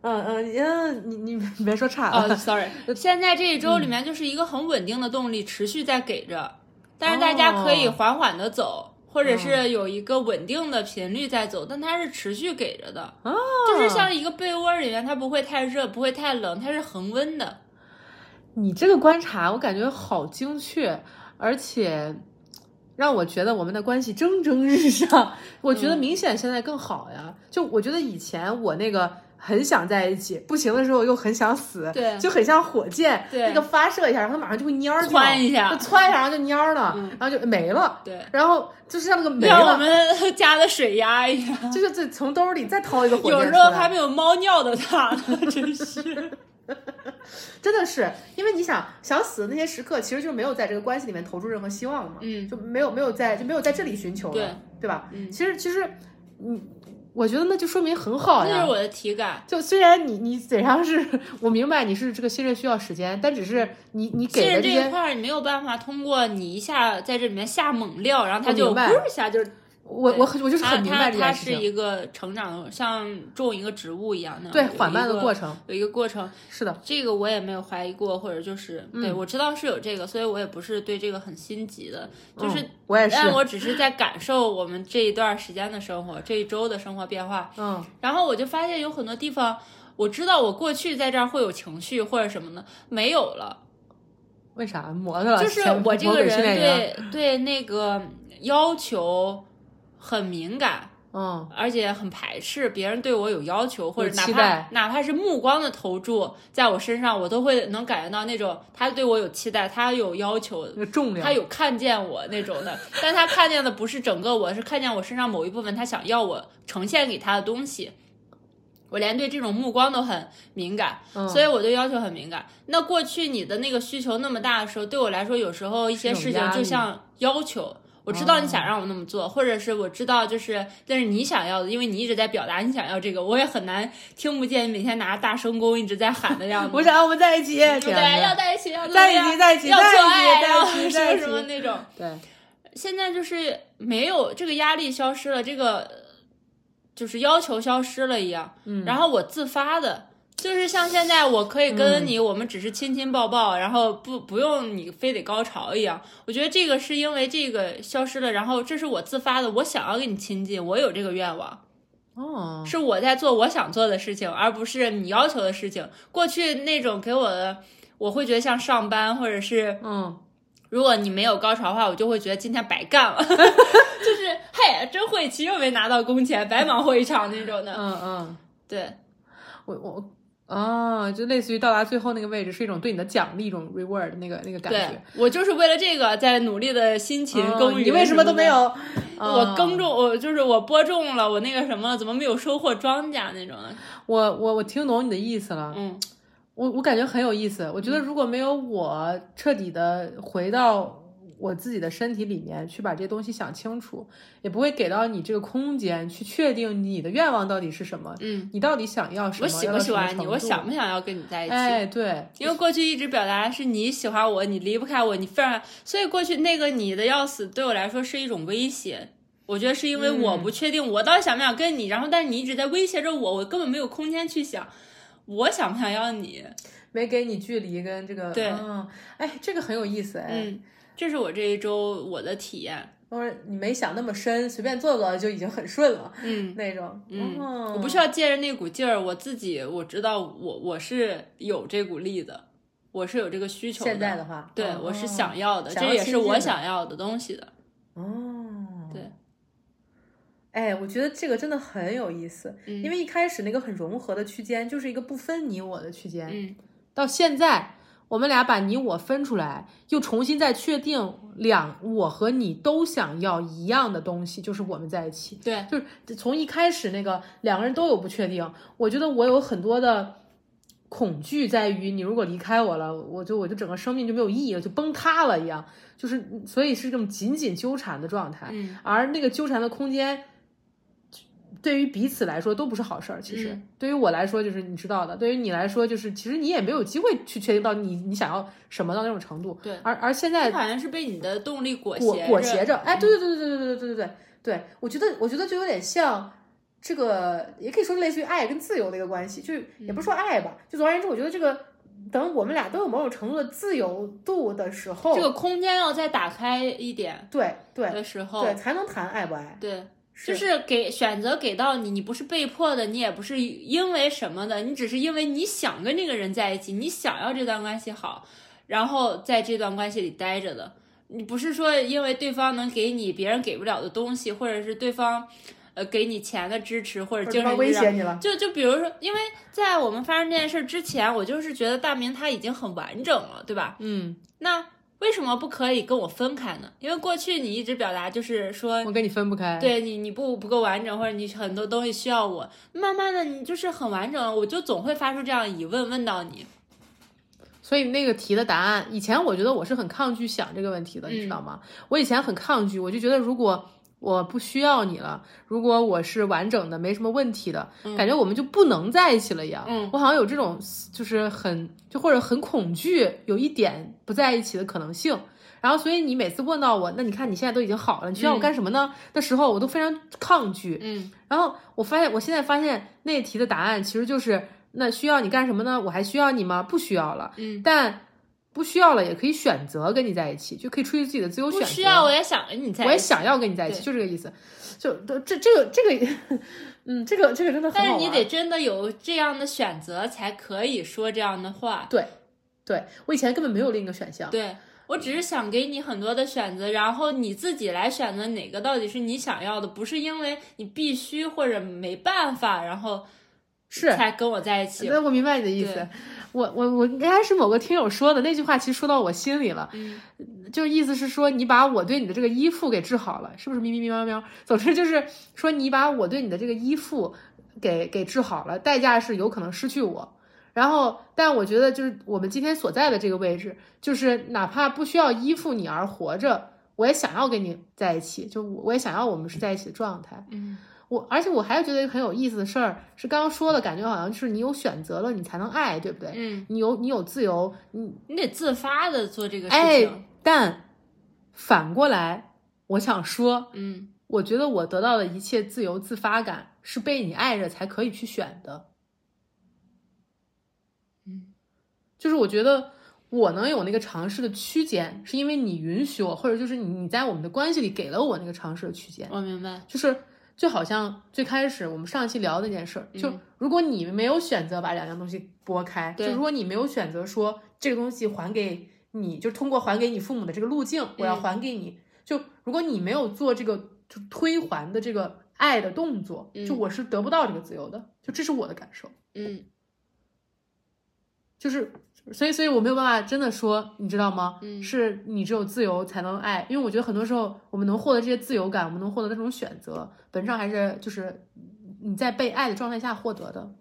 [SPEAKER 2] 嗯嗯嗯，你你你别说啊岔了，
[SPEAKER 1] 哦、s o r r y [laughs] 现在这一周里面就是一个很稳定的动力持续在给着，但是大家可以缓缓的走，或者是有一个稳定的频率在走，但它是持续给着的，
[SPEAKER 2] 哦
[SPEAKER 1] 就是像一个被窝里面，它不会太热，不会太冷，它是恒温的。
[SPEAKER 2] 你这个观察，我感觉好精确，而且让我觉得我们的关系蒸蒸日上。我
[SPEAKER 1] 嗯
[SPEAKER 2] 觉得明显现在更好呀。就我觉得以前我那个很想在一起，不行的时候又很想死，
[SPEAKER 1] 对
[SPEAKER 2] 就很像火箭，
[SPEAKER 1] 对
[SPEAKER 2] 那个发射一下，然后它马上就会蔫儿掉，
[SPEAKER 1] 窜一下
[SPEAKER 2] 就窜一下，然后就蔫儿了，
[SPEAKER 1] 嗯
[SPEAKER 2] 然后就没了。
[SPEAKER 1] 对，
[SPEAKER 2] 然后就是像那个没
[SPEAKER 1] 像我
[SPEAKER 2] 了，
[SPEAKER 1] 们 [laughs] 家的水压一样，
[SPEAKER 2] 就是自己从兜里再掏一个火箭
[SPEAKER 1] 有
[SPEAKER 2] 出来。
[SPEAKER 1] 时候还没有猫尿的大呢，真是。
[SPEAKER 2] 真的是，因为你想想死的那些时刻，其实就没有在这个关系里面投注任何希望了嘛，
[SPEAKER 1] 嗯
[SPEAKER 2] 就没有没有在就没有在这里寻求了，
[SPEAKER 1] 对
[SPEAKER 2] 吧？
[SPEAKER 1] 嗯
[SPEAKER 2] 其实其实，嗯，我觉得那就说明很好
[SPEAKER 1] 这
[SPEAKER 2] 呀
[SPEAKER 1] 是。我的体感。
[SPEAKER 2] 就虽然你你嘴上是我明白你是这个信任需要时间，但只是你你
[SPEAKER 1] 信
[SPEAKER 2] 给
[SPEAKER 1] 任
[SPEAKER 2] 的
[SPEAKER 1] 这一
[SPEAKER 2] 些，
[SPEAKER 1] 块儿，你没有办法通过你一下在这里面下猛料，然后它
[SPEAKER 2] 我
[SPEAKER 1] 就
[SPEAKER 2] 明
[SPEAKER 1] 呼
[SPEAKER 2] 白
[SPEAKER 1] 一下就
[SPEAKER 2] 我
[SPEAKER 1] 对
[SPEAKER 2] 我很我就是很明白这
[SPEAKER 1] 它它
[SPEAKER 2] 件
[SPEAKER 1] 它
[SPEAKER 2] 事
[SPEAKER 1] 是
[SPEAKER 2] 情，
[SPEAKER 1] 一个成长的，像种一个植物一样那样，
[SPEAKER 2] 对
[SPEAKER 1] 有一
[SPEAKER 2] 缓慢的
[SPEAKER 1] 个
[SPEAKER 2] 过程，
[SPEAKER 1] 有一个过程。
[SPEAKER 2] 是的，
[SPEAKER 1] 这个我也没有怀疑过，或者就是、嗯对我知道是有这个，所以我也不是对这个很心急的，就是。
[SPEAKER 2] 嗯我也是，
[SPEAKER 1] 但我只是在感受我们这一段时间的生活，这一周的生活变化。
[SPEAKER 2] 嗯，
[SPEAKER 1] 然后我就发现有很多地方，我知道我过去在这儿会有情绪或者什么的，没有了。
[SPEAKER 2] 为啥磨的了？
[SPEAKER 1] 就是
[SPEAKER 2] 前
[SPEAKER 1] 我这
[SPEAKER 2] 魔
[SPEAKER 1] 个
[SPEAKER 2] 鬼
[SPEAKER 1] 人
[SPEAKER 2] 训练营，
[SPEAKER 1] 对对那个要求很敏感，
[SPEAKER 2] 嗯，
[SPEAKER 1] 而且很排斥别人对我有要求，或者哪
[SPEAKER 2] 期
[SPEAKER 1] 怕
[SPEAKER 2] 待
[SPEAKER 1] 哪怕是目光的投注在我身上，我都会能感觉到那种他对我有期待，他有要求。
[SPEAKER 2] 那个重量
[SPEAKER 1] 他，有看见我那种的， [laughs] 但他看见的不是整个我，是看见我身上某一部分他想要我呈现给他的东西。我连对这种目光都很敏感，
[SPEAKER 2] 嗯
[SPEAKER 1] 所以我对要求很敏感。那过去你的那个需求那么大的时候，对我来说，有时候一些
[SPEAKER 2] 是
[SPEAKER 1] 事
[SPEAKER 2] 一
[SPEAKER 1] 情
[SPEAKER 2] 种压力嗯
[SPEAKER 1] 就像要求。我知道你想让我那么做，或者是我知道就是，但是你想要的，因为你一直在表达你想要这个，我也很难听不见你每天拿着大声公一直在喊的
[SPEAKER 2] [laughs]
[SPEAKER 1] 样子。
[SPEAKER 2] 啊我想要我们在一起，这
[SPEAKER 1] 对，
[SPEAKER 2] 样的
[SPEAKER 1] 要在一起，要怎么
[SPEAKER 2] 在一起
[SPEAKER 1] 样
[SPEAKER 2] 在一起
[SPEAKER 1] 要
[SPEAKER 2] 在一
[SPEAKER 1] 做
[SPEAKER 2] 起
[SPEAKER 1] 爱，
[SPEAKER 2] 在一
[SPEAKER 1] 要
[SPEAKER 2] 起
[SPEAKER 1] 什
[SPEAKER 2] 在
[SPEAKER 1] 么
[SPEAKER 2] 一
[SPEAKER 1] 什么
[SPEAKER 2] 起
[SPEAKER 1] 那种。
[SPEAKER 2] 对，
[SPEAKER 1] 现在就是没有这个压力消失了，这个就是要求消失了一样。嗯，然后我自发的，就是像现在我可以跟你，我们只是亲亲抱抱，然后不不用你非得高潮一样。我觉得这个是因为这个消失了，然后这是我自发的，我想要跟你亲近，我有这个愿望。
[SPEAKER 2] 哦，
[SPEAKER 1] 是我在做我想做的事情，而不是你要求的事情。过去那种给我的，我会觉得像上班，或者是
[SPEAKER 2] 嗯。
[SPEAKER 1] 如果你没有高潮的话，我就会觉得今天白干了， [laughs] 就是嘿，真晦气，又没拿到工钱，白忙活一场那种的。
[SPEAKER 2] 嗯，嗯，
[SPEAKER 1] 对，
[SPEAKER 2] 我我哦，就类似于到达最后那个位置，是一种对你的奖励，一种 reward 那个那个感
[SPEAKER 1] 对
[SPEAKER 2] 觉。
[SPEAKER 1] 我就是为了这个在努力的辛勤
[SPEAKER 2] 哦
[SPEAKER 1] 耕耘、
[SPEAKER 2] 你为什么都没？有？嗯
[SPEAKER 1] 我耕
[SPEAKER 2] 种，
[SPEAKER 1] 种，我就是我播种了，我那个什么了，怎么没有收获庄稼那种的？
[SPEAKER 2] 我我我听懂你的意思了。
[SPEAKER 1] 嗯，
[SPEAKER 2] 我我感觉很有意思。我觉得如果没有我彻底的回到我自己的身体里面去把这些东西想清楚，也不会给到你这个空间去确定你的愿望到底是什么，
[SPEAKER 1] 嗯，
[SPEAKER 2] 你到底想要什么，
[SPEAKER 1] 我喜
[SPEAKER 2] 要
[SPEAKER 1] 不
[SPEAKER 2] 到
[SPEAKER 1] 喜
[SPEAKER 2] 什么
[SPEAKER 1] 欢你？
[SPEAKER 2] 程
[SPEAKER 1] 我
[SPEAKER 2] 度
[SPEAKER 1] 想不想要跟你在一起？
[SPEAKER 2] 哎，对，
[SPEAKER 1] 因为过去一直表达的是你喜欢我，你离不开我，你非常，所以过去那个你的要死对我来说是一种威胁。我觉得是因为我
[SPEAKER 2] 嗯
[SPEAKER 1] 不确定我到底想不想跟你，然后但是你一直在威胁着我，我根本没有空间去想我想不想要你。
[SPEAKER 2] 没给你距离跟这个哦
[SPEAKER 1] 对
[SPEAKER 2] 嗯，哎，这个很有意思哎。
[SPEAKER 1] 嗯，这是我这一周我的体验。
[SPEAKER 2] 或者你没想那么深，随便做做就已经很顺了
[SPEAKER 1] 嗯，
[SPEAKER 2] 那种。
[SPEAKER 1] 嗯
[SPEAKER 2] 哦
[SPEAKER 1] 我不需要借着那股劲儿，我自己我知道我我是有这股力的，我是有这个需求的。
[SPEAKER 2] 现在的话，
[SPEAKER 1] 对、
[SPEAKER 2] 哦
[SPEAKER 1] 我是想要的，
[SPEAKER 2] 想要
[SPEAKER 1] 这也是我
[SPEAKER 2] 亲近的
[SPEAKER 1] 想要的东西的。
[SPEAKER 2] 哦，
[SPEAKER 1] 对。
[SPEAKER 2] 哎，我觉得这个真的很有意思，
[SPEAKER 1] 嗯
[SPEAKER 2] 因为一开始那个很融合的区间就是一个不分你我的区间，
[SPEAKER 1] 嗯
[SPEAKER 2] 到现在我们俩把你我分出来，又重新再确定两我和你都想要一样的东西，就是我们在一起。
[SPEAKER 1] 对，
[SPEAKER 2] 就是从一开始那个两个人都有不确定，我觉得我有很多的恐惧在于你如果离开我了，我就我就整个生命就没有意义了，就崩塌了一样，就是所以是这种紧紧纠缠的状态，
[SPEAKER 1] 嗯
[SPEAKER 2] 而那个纠缠的空间。对于彼此来说都不是好事儿。其实、
[SPEAKER 1] 嗯
[SPEAKER 2] 对于我来说，就是你知道的；对于你来说，就是其实你也没有机会去确定到你你想要什么到那种程度。
[SPEAKER 1] 对
[SPEAKER 2] 而而现在
[SPEAKER 1] 好像是被你的动力裹
[SPEAKER 2] 裹
[SPEAKER 1] 挟
[SPEAKER 2] 裹
[SPEAKER 1] 着嗯
[SPEAKER 2] 挟着。哎，对对对对对对对对对对，我觉得我觉得就有点像这个，也可以说类似于爱跟自由的一个关系，就是也不是说爱吧，就总而言之，我觉得这个等我们俩都有某种程度的自由度的时候，
[SPEAKER 1] 这个空间要再打开一点
[SPEAKER 2] 对对
[SPEAKER 1] 的时候
[SPEAKER 2] 对，，才能谈爱不爱。
[SPEAKER 1] 对，就是给选择给到你，你不是被迫的，你也不是因为什么的，你只是因为你想跟这个人在一起，你想要这段关系好，然后在这段关系里待着的。你不是说因为对方能给你别人给不了的东西，或者是对方，呃，给你钱的支持或者
[SPEAKER 2] 或者
[SPEAKER 1] 精
[SPEAKER 2] 对方
[SPEAKER 1] 神
[SPEAKER 2] 威
[SPEAKER 1] 支持
[SPEAKER 2] 胁你了，
[SPEAKER 1] 就就比如说，因为在我们发生这件事之前，我就是觉得大明他已经很完整了，对吧？
[SPEAKER 2] 嗯，
[SPEAKER 1] 那为什么不可以跟我分开呢？因为过去你一直表达就是说
[SPEAKER 2] 我跟你分不开。，
[SPEAKER 1] 对你，你不不够完整，或者你很多东西需要我。慢慢的，你就是很完整了，我就总会发出这样疑问，问到你。
[SPEAKER 2] 所以那个题的答案，以前我觉得我是很抗拒想这个问题的，你知道吗？我以前很抗拒，我就觉得如果我不需要你了，如果我是完整的，没什么问题的，感觉我们就不能在一起了一样。
[SPEAKER 1] 嗯
[SPEAKER 2] 我好像有这种就是很就或者很恐惧，有一点不在一起的可能性。然后，所以你每次问到我，那你看你现在都已经好了，你需要我干什么呢？的时候，我都非常抗拒。
[SPEAKER 1] 嗯
[SPEAKER 2] 然后我发现，我现在发现那题的答案其实就是：那需要你干什么呢？我还需要你吗？不需要了，
[SPEAKER 1] 嗯，
[SPEAKER 2] 但不需要了也可以选择跟你在一起，就可以出于自己的自由选
[SPEAKER 1] 不
[SPEAKER 2] 择。
[SPEAKER 1] 需要，我也想跟你在
[SPEAKER 2] 我也
[SPEAKER 1] 一起，
[SPEAKER 2] 想要跟你在一起，
[SPEAKER 1] 对
[SPEAKER 2] 就这个意思。就都这这个这个，嗯，这个这个真的很
[SPEAKER 1] 但
[SPEAKER 2] 好
[SPEAKER 1] 是
[SPEAKER 2] 玩。
[SPEAKER 1] 你得真的有这样的选择，才可以说这样的话。
[SPEAKER 2] 对，对我以前根本没有另一个选项。
[SPEAKER 1] 对我只是想给你很多的选择，然后你自己来选择哪个到底是你想要的，不是因为你必须或者没办法，然后
[SPEAKER 2] 是
[SPEAKER 1] 才跟我在一起。
[SPEAKER 2] 那我明白你的意思
[SPEAKER 1] 对。
[SPEAKER 2] 我我我应该是某个听友说的那句话，其实说到我心里了。
[SPEAKER 1] 嗯
[SPEAKER 2] 就意思是说，你把我对你的这个依附给治好了，是不是？咪咪咪喵喵。总之就是说，你把我对你的这个依附给给治好了，代价是有可能失去我。然后，但我觉得就是我们今天所在的这个位置，就是哪怕不需要依附你而活着，我也想要跟你在一起，就我我也想要我们是在一起的状态。
[SPEAKER 1] 嗯
[SPEAKER 2] 我而且我还觉得一个很有意思的事儿是，刚刚说了，感觉好像是你有选择了，你才能爱，对不对？
[SPEAKER 1] 嗯，
[SPEAKER 2] 你有你有自由，你
[SPEAKER 1] 你得自发的做这个事
[SPEAKER 2] 哎
[SPEAKER 1] 情。，
[SPEAKER 2] 但反过来，我想说，
[SPEAKER 1] 嗯
[SPEAKER 2] 我觉得我得到的一切自由自发感是被你爱着才可以去选的。
[SPEAKER 1] 嗯
[SPEAKER 2] 就是我觉得我能有那个尝试的区间，是因为你允许我，或者就是你你在我们的关系里给了我那个尝试的区间。
[SPEAKER 1] 我明白。
[SPEAKER 2] 就是就好像最开始我们上一期聊的那件事儿，
[SPEAKER 1] 嗯
[SPEAKER 2] 就如果你没有选择把两样东西拨开，
[SPEAKER 1] 对
[SPEAKER 2] 就如果你没有选择说这个东西还给你，就通过还给你父母的这个路径，我要
[SPEAKER 1] 嗯
[SPEAKER 2] 还给你，就如果你没有做这个就推还的这个爱的动作，
[SPEAKER 1] 嗯
[SPEAKER 2] 就我是得不到这个自由的，就这是我的感受，
[SPEAKER 1] 嗯
[SPEAKER 2] 就是。所以，所以我没有办法真的说，你知道吗？
[SPEAKER 1] 嗯
[SPEAKER 2] 是你只有自由才能爱，因为我觉得很多时候我们能获得这些自由感，我们能获得的这种选择，本质上还是就是你在被爱的状态下获得的。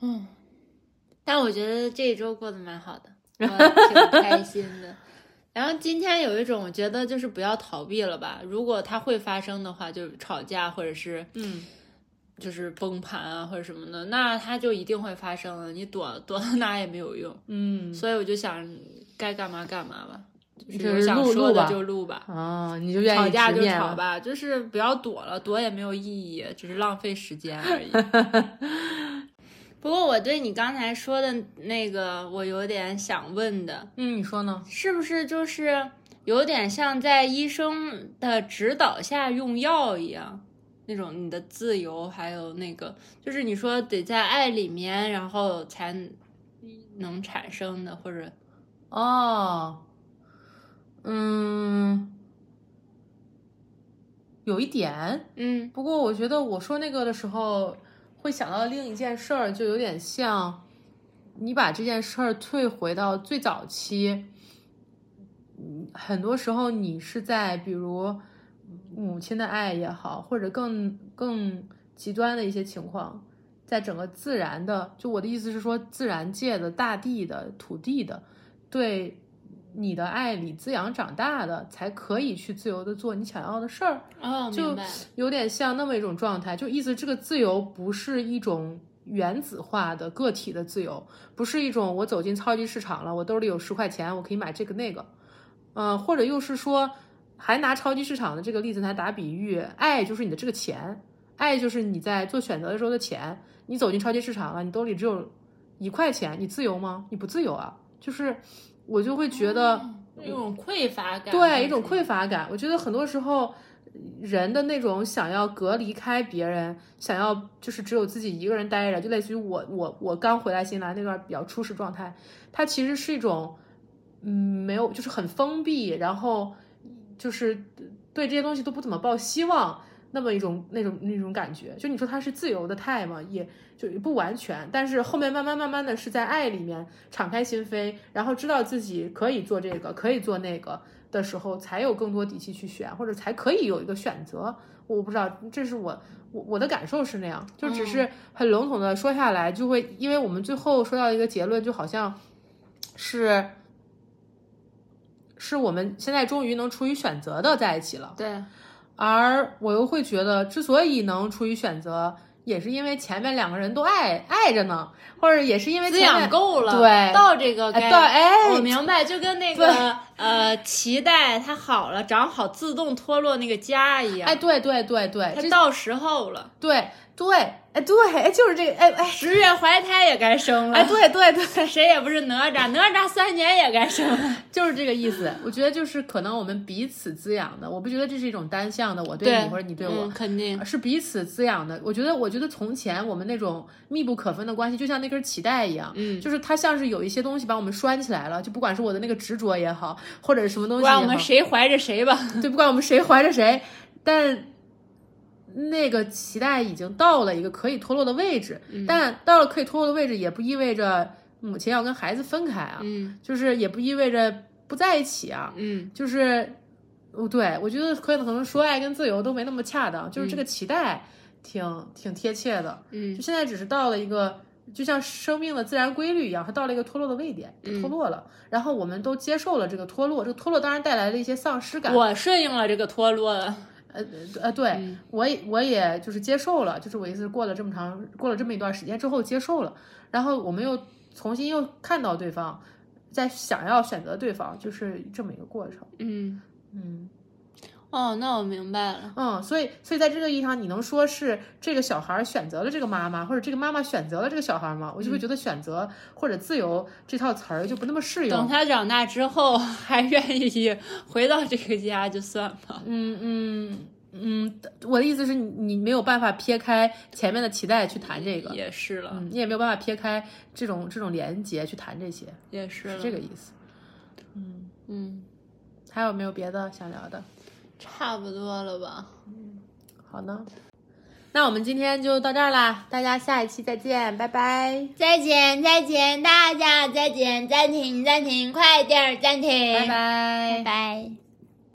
[SPEAKER 1] 嗯，但我觉得这一周过得蛮好的， [laughs] 我挺开心的。然后今天有一种，我觉得就是不要逃避了吧。如果它会发生的话，就是吵架或者是
[SPEAKER 2] 嗯，
[SPEAKER 1] 就是崩盘啊或者什么的，那它就一定会发生的。你躲躲到哪也没有用。
[SPEAKER 2] 嗯
[SPEAKER 1] 所以我就想该干嘛干嘛吧，就
[SPEAKER 2] 就
[SPEAKER 1] 有
[SPEAKER 2] 是
[SPEAKER 1] 想
[SPEAKER 2] 录
[SPEAKER 1] 说
[SPEAKER 2] 录
[SPEAKER 1] 的
[SPEAKER 2] 吧
[SPEAKER 1] 就录吧。
[SPEAKER 2] 啊，你就愿意
[SPEAKER 1] 吵架
[SPEAKER 2] 直
[SPEAKER 1] 就
[SPEAKER 2] 面
[SPEAKER 1] 吵
[SPEAKER 2] 了。
[SPEAKER 1] 吧，就是不要躲了，躲也没有意义，只是浪费时间而已。 [laughs] 不过我对你刚才说的那个，我有点想问的，
[SPEAKER 2] 嗯，你说呢？
[SPEAKER 1] 是不是就是有点像在医生的指导下用药一样，那种你的自由，还有那个就是你说得在爱里面，然后才能产生的，或者
[SPEAKER 2] 哦，嗯，有一点，
[SPEAKER 1] 嗯
[SPEAKER 2] 不过我觉得我说那个的时候，会想到另一件事儿，就有点像你把这件事儿退回到最早期。嗯，很多时候你是在比如母亲的爱也好，或者更更极端的一些情况，在整个自然的，就我的意思是说，自然界的大地的土地的，对你的爱里滋养长大的，才可以去自由的做你想要的事儿。
[SPEAKER 1] 哦，
[SPEAKER 2] 就
[SPEAKER 1] 明白，
[SPEAKER 2] 有点像那么一种状态，就意思这个自由不是一种原子化的个体的自由，不是一种我走进超级市场了，我兜里有十块钱，我可以买这个那个，嗯、或者又是说，还拿超级市场的这个例子来打比喻，爱就是你的这个钱，爱就是你在做选择的时候的钱，你走进超级市场了，你兜里只有一块钱，你自由吗？你不自由啊，就是我就会觉得。
[SPEAKER 1] 一种匮乏感，啊
[SPEAKER 2] 对，一种匮乏感。我觉得很多时候，人的那种想要隔离开别人，想要就是只有自己一个人待着，就类似于我我我刚回来新西兰那段比较初始状态，它其实是一种嗯没有就是很封闭，然后就是对这些东西都不怎么抱希望。那么一种那种那种感觉，就你说它是自由的态嘛，也就不完全，但是后面慢慢慢慢的是在爱里面敞开心扉，然后知道自己可以做这个，可以做那个的时候，才有更多底气去选，或者才可以有一个选择。我不知道，这是我我我的感受是那样，就只是很笼统的说下来，就会因为我们最后说到一个结论，就好像是是我们现在终于能出于选择的在一起了。
[SPEAKER 1] 对，
[SPEAKER 2] 而我又会觉得，之所以能出于选择，也是因为前面两个人都爱爱着呢，或者也是因为
[SPEAKER 1] 滋
[SPEAKER 2] 前面
[SPEAKER 1] 养够了，
[SPEAKER 2] 对
[SPEAKER 1] 到这个
[SPEAKER 2] 哎
[SPEAKER 1] 该
[SPEAKER 2] 对哎
[SPEAKER 1] 我明白，就跟那个呃脐带它好了，长好自动脱落那个痂一样，
[SPEAKER 2] 哎对对对对，
[SPEAKER 1] 它
[SPEAKER 2] 这
[SPEAKER 1] 到时候了，
[SPEAKER 2] 对对哎对哎就是这个哎哎
[SPEAKER 1] 十月怀胎也该生了，
[SPEAKER 2] 哎对对对，
[SPEAKER 1] 谁也不是哪吒，哪吒三年也该生了，
[SPEAKER 2] 就是这个意思。我觉得就是可能我们彼此滋养的，我不觉得这是一种单向的，我对你或者你对我，呃
[SPEAKER 1] 嗯肯定，
[SPEAKER 2] 是彼此滋养的。我觉得，我觉得从前我们那种密不可分的关系，就像那根脐带一样，
[SPEAKER 1] 嗯
[SPEAKER 2] 就是它像是有一些东西把我们拴起来了，就不管是我的那个执着也好，或者是什么东
[SPEAKER 1] 不
[SPEAKER 2] 西也
[SPEAKER 1] 管
[SPEAKER 2] 好，
[SPEAKER 1] 我们谁怀着谁吧，
[SPEAKER 2] 对，不管我们谁怀着谁，但那个脐带已经到了一个可以脱落的位置，
[SPEAKER 1] 嗯
[SPEAKER 2] 但到了可以脱落的位置，也不意味着母亲要跟孩子分开啊，
[SPEAKER 1] 嗯
[SPEAKER 2] 就是也不意味着不在一起啊，
[SPEAKER 1] 嗯，
[SPEAKER 2] 就是，哦，对我觉得可能说爱跟自由都没那么恰当，就是这个期待挺、挺贴切的。
[SPEAKER 1] 嗯
[SPEAKER 2] 就现在只是到了一个，就像生命的自然规律一样，它到了一个脱落的位点，就
[SPEAKER 1] 嗯
[SPEAKER 2] 脱落了。然后我们都接受了这个脱落，这个脱落当然带来了一些丧失感。
[SPEAKER 1] 嗯我嗯顺应了这个脱落了，
[SPEAKER 2] 呃呃，对、我也我也就是接受了，就是我意思是过了这么长，过了这么一段时间之后接受了，然后我们又重新又看到对方，在想要选择对方，就是这么一个过程。
[SPEAKER 1] 嗯，
[SPEAKER 2] 嗯。
[SPEAKER 1] 哦，那我明白了，
[SPEAKER 2] 嗯，所以所以在这个意义上，你能说是这个小孩儿选择了这个妈妈，或者这个妈妈选择了这个小孩儿吗？我就
[SPEAKER 1] 嗯
[SPEAKER 2] 会觉得选择或者自由这套词儿就不那么适
[SPEAKER 1] 等
[SPEAKER 2] 用。
[SPEAKER 1] 他长大之后还愿意回到这个家就算吧，
[SPEAKER 2] 嗯嗯嗯，我的意思是你你没有办法撇开前面的期待去谈这个，
[SPEAKER 1] 也是了，
[SPEAKER 2] 嗯，你也没有办法撇开这种这种连接去谈这些，
[SPEAKER 1] 也是
[SPEAKER 2] 是
[SPEAKER 1] 了，
[SPEAKER 2] 这个意思。嗯，
[SPEAKER 1] 嗯，
[SPEAKER 2] 还有没有别的想聊的？
[SPEAKER 1] 差不多了吧，
[SPEAKER 2] 好呢，那我们今天就到这儿啦，大家下一期再见，拜拜，
[SPEAKER 3] 再见，再见，大家再见，暂停，暂停，快点儿暂停，
[SPEAKER 2] 拜拜
[SPEAKER 3] 拜拜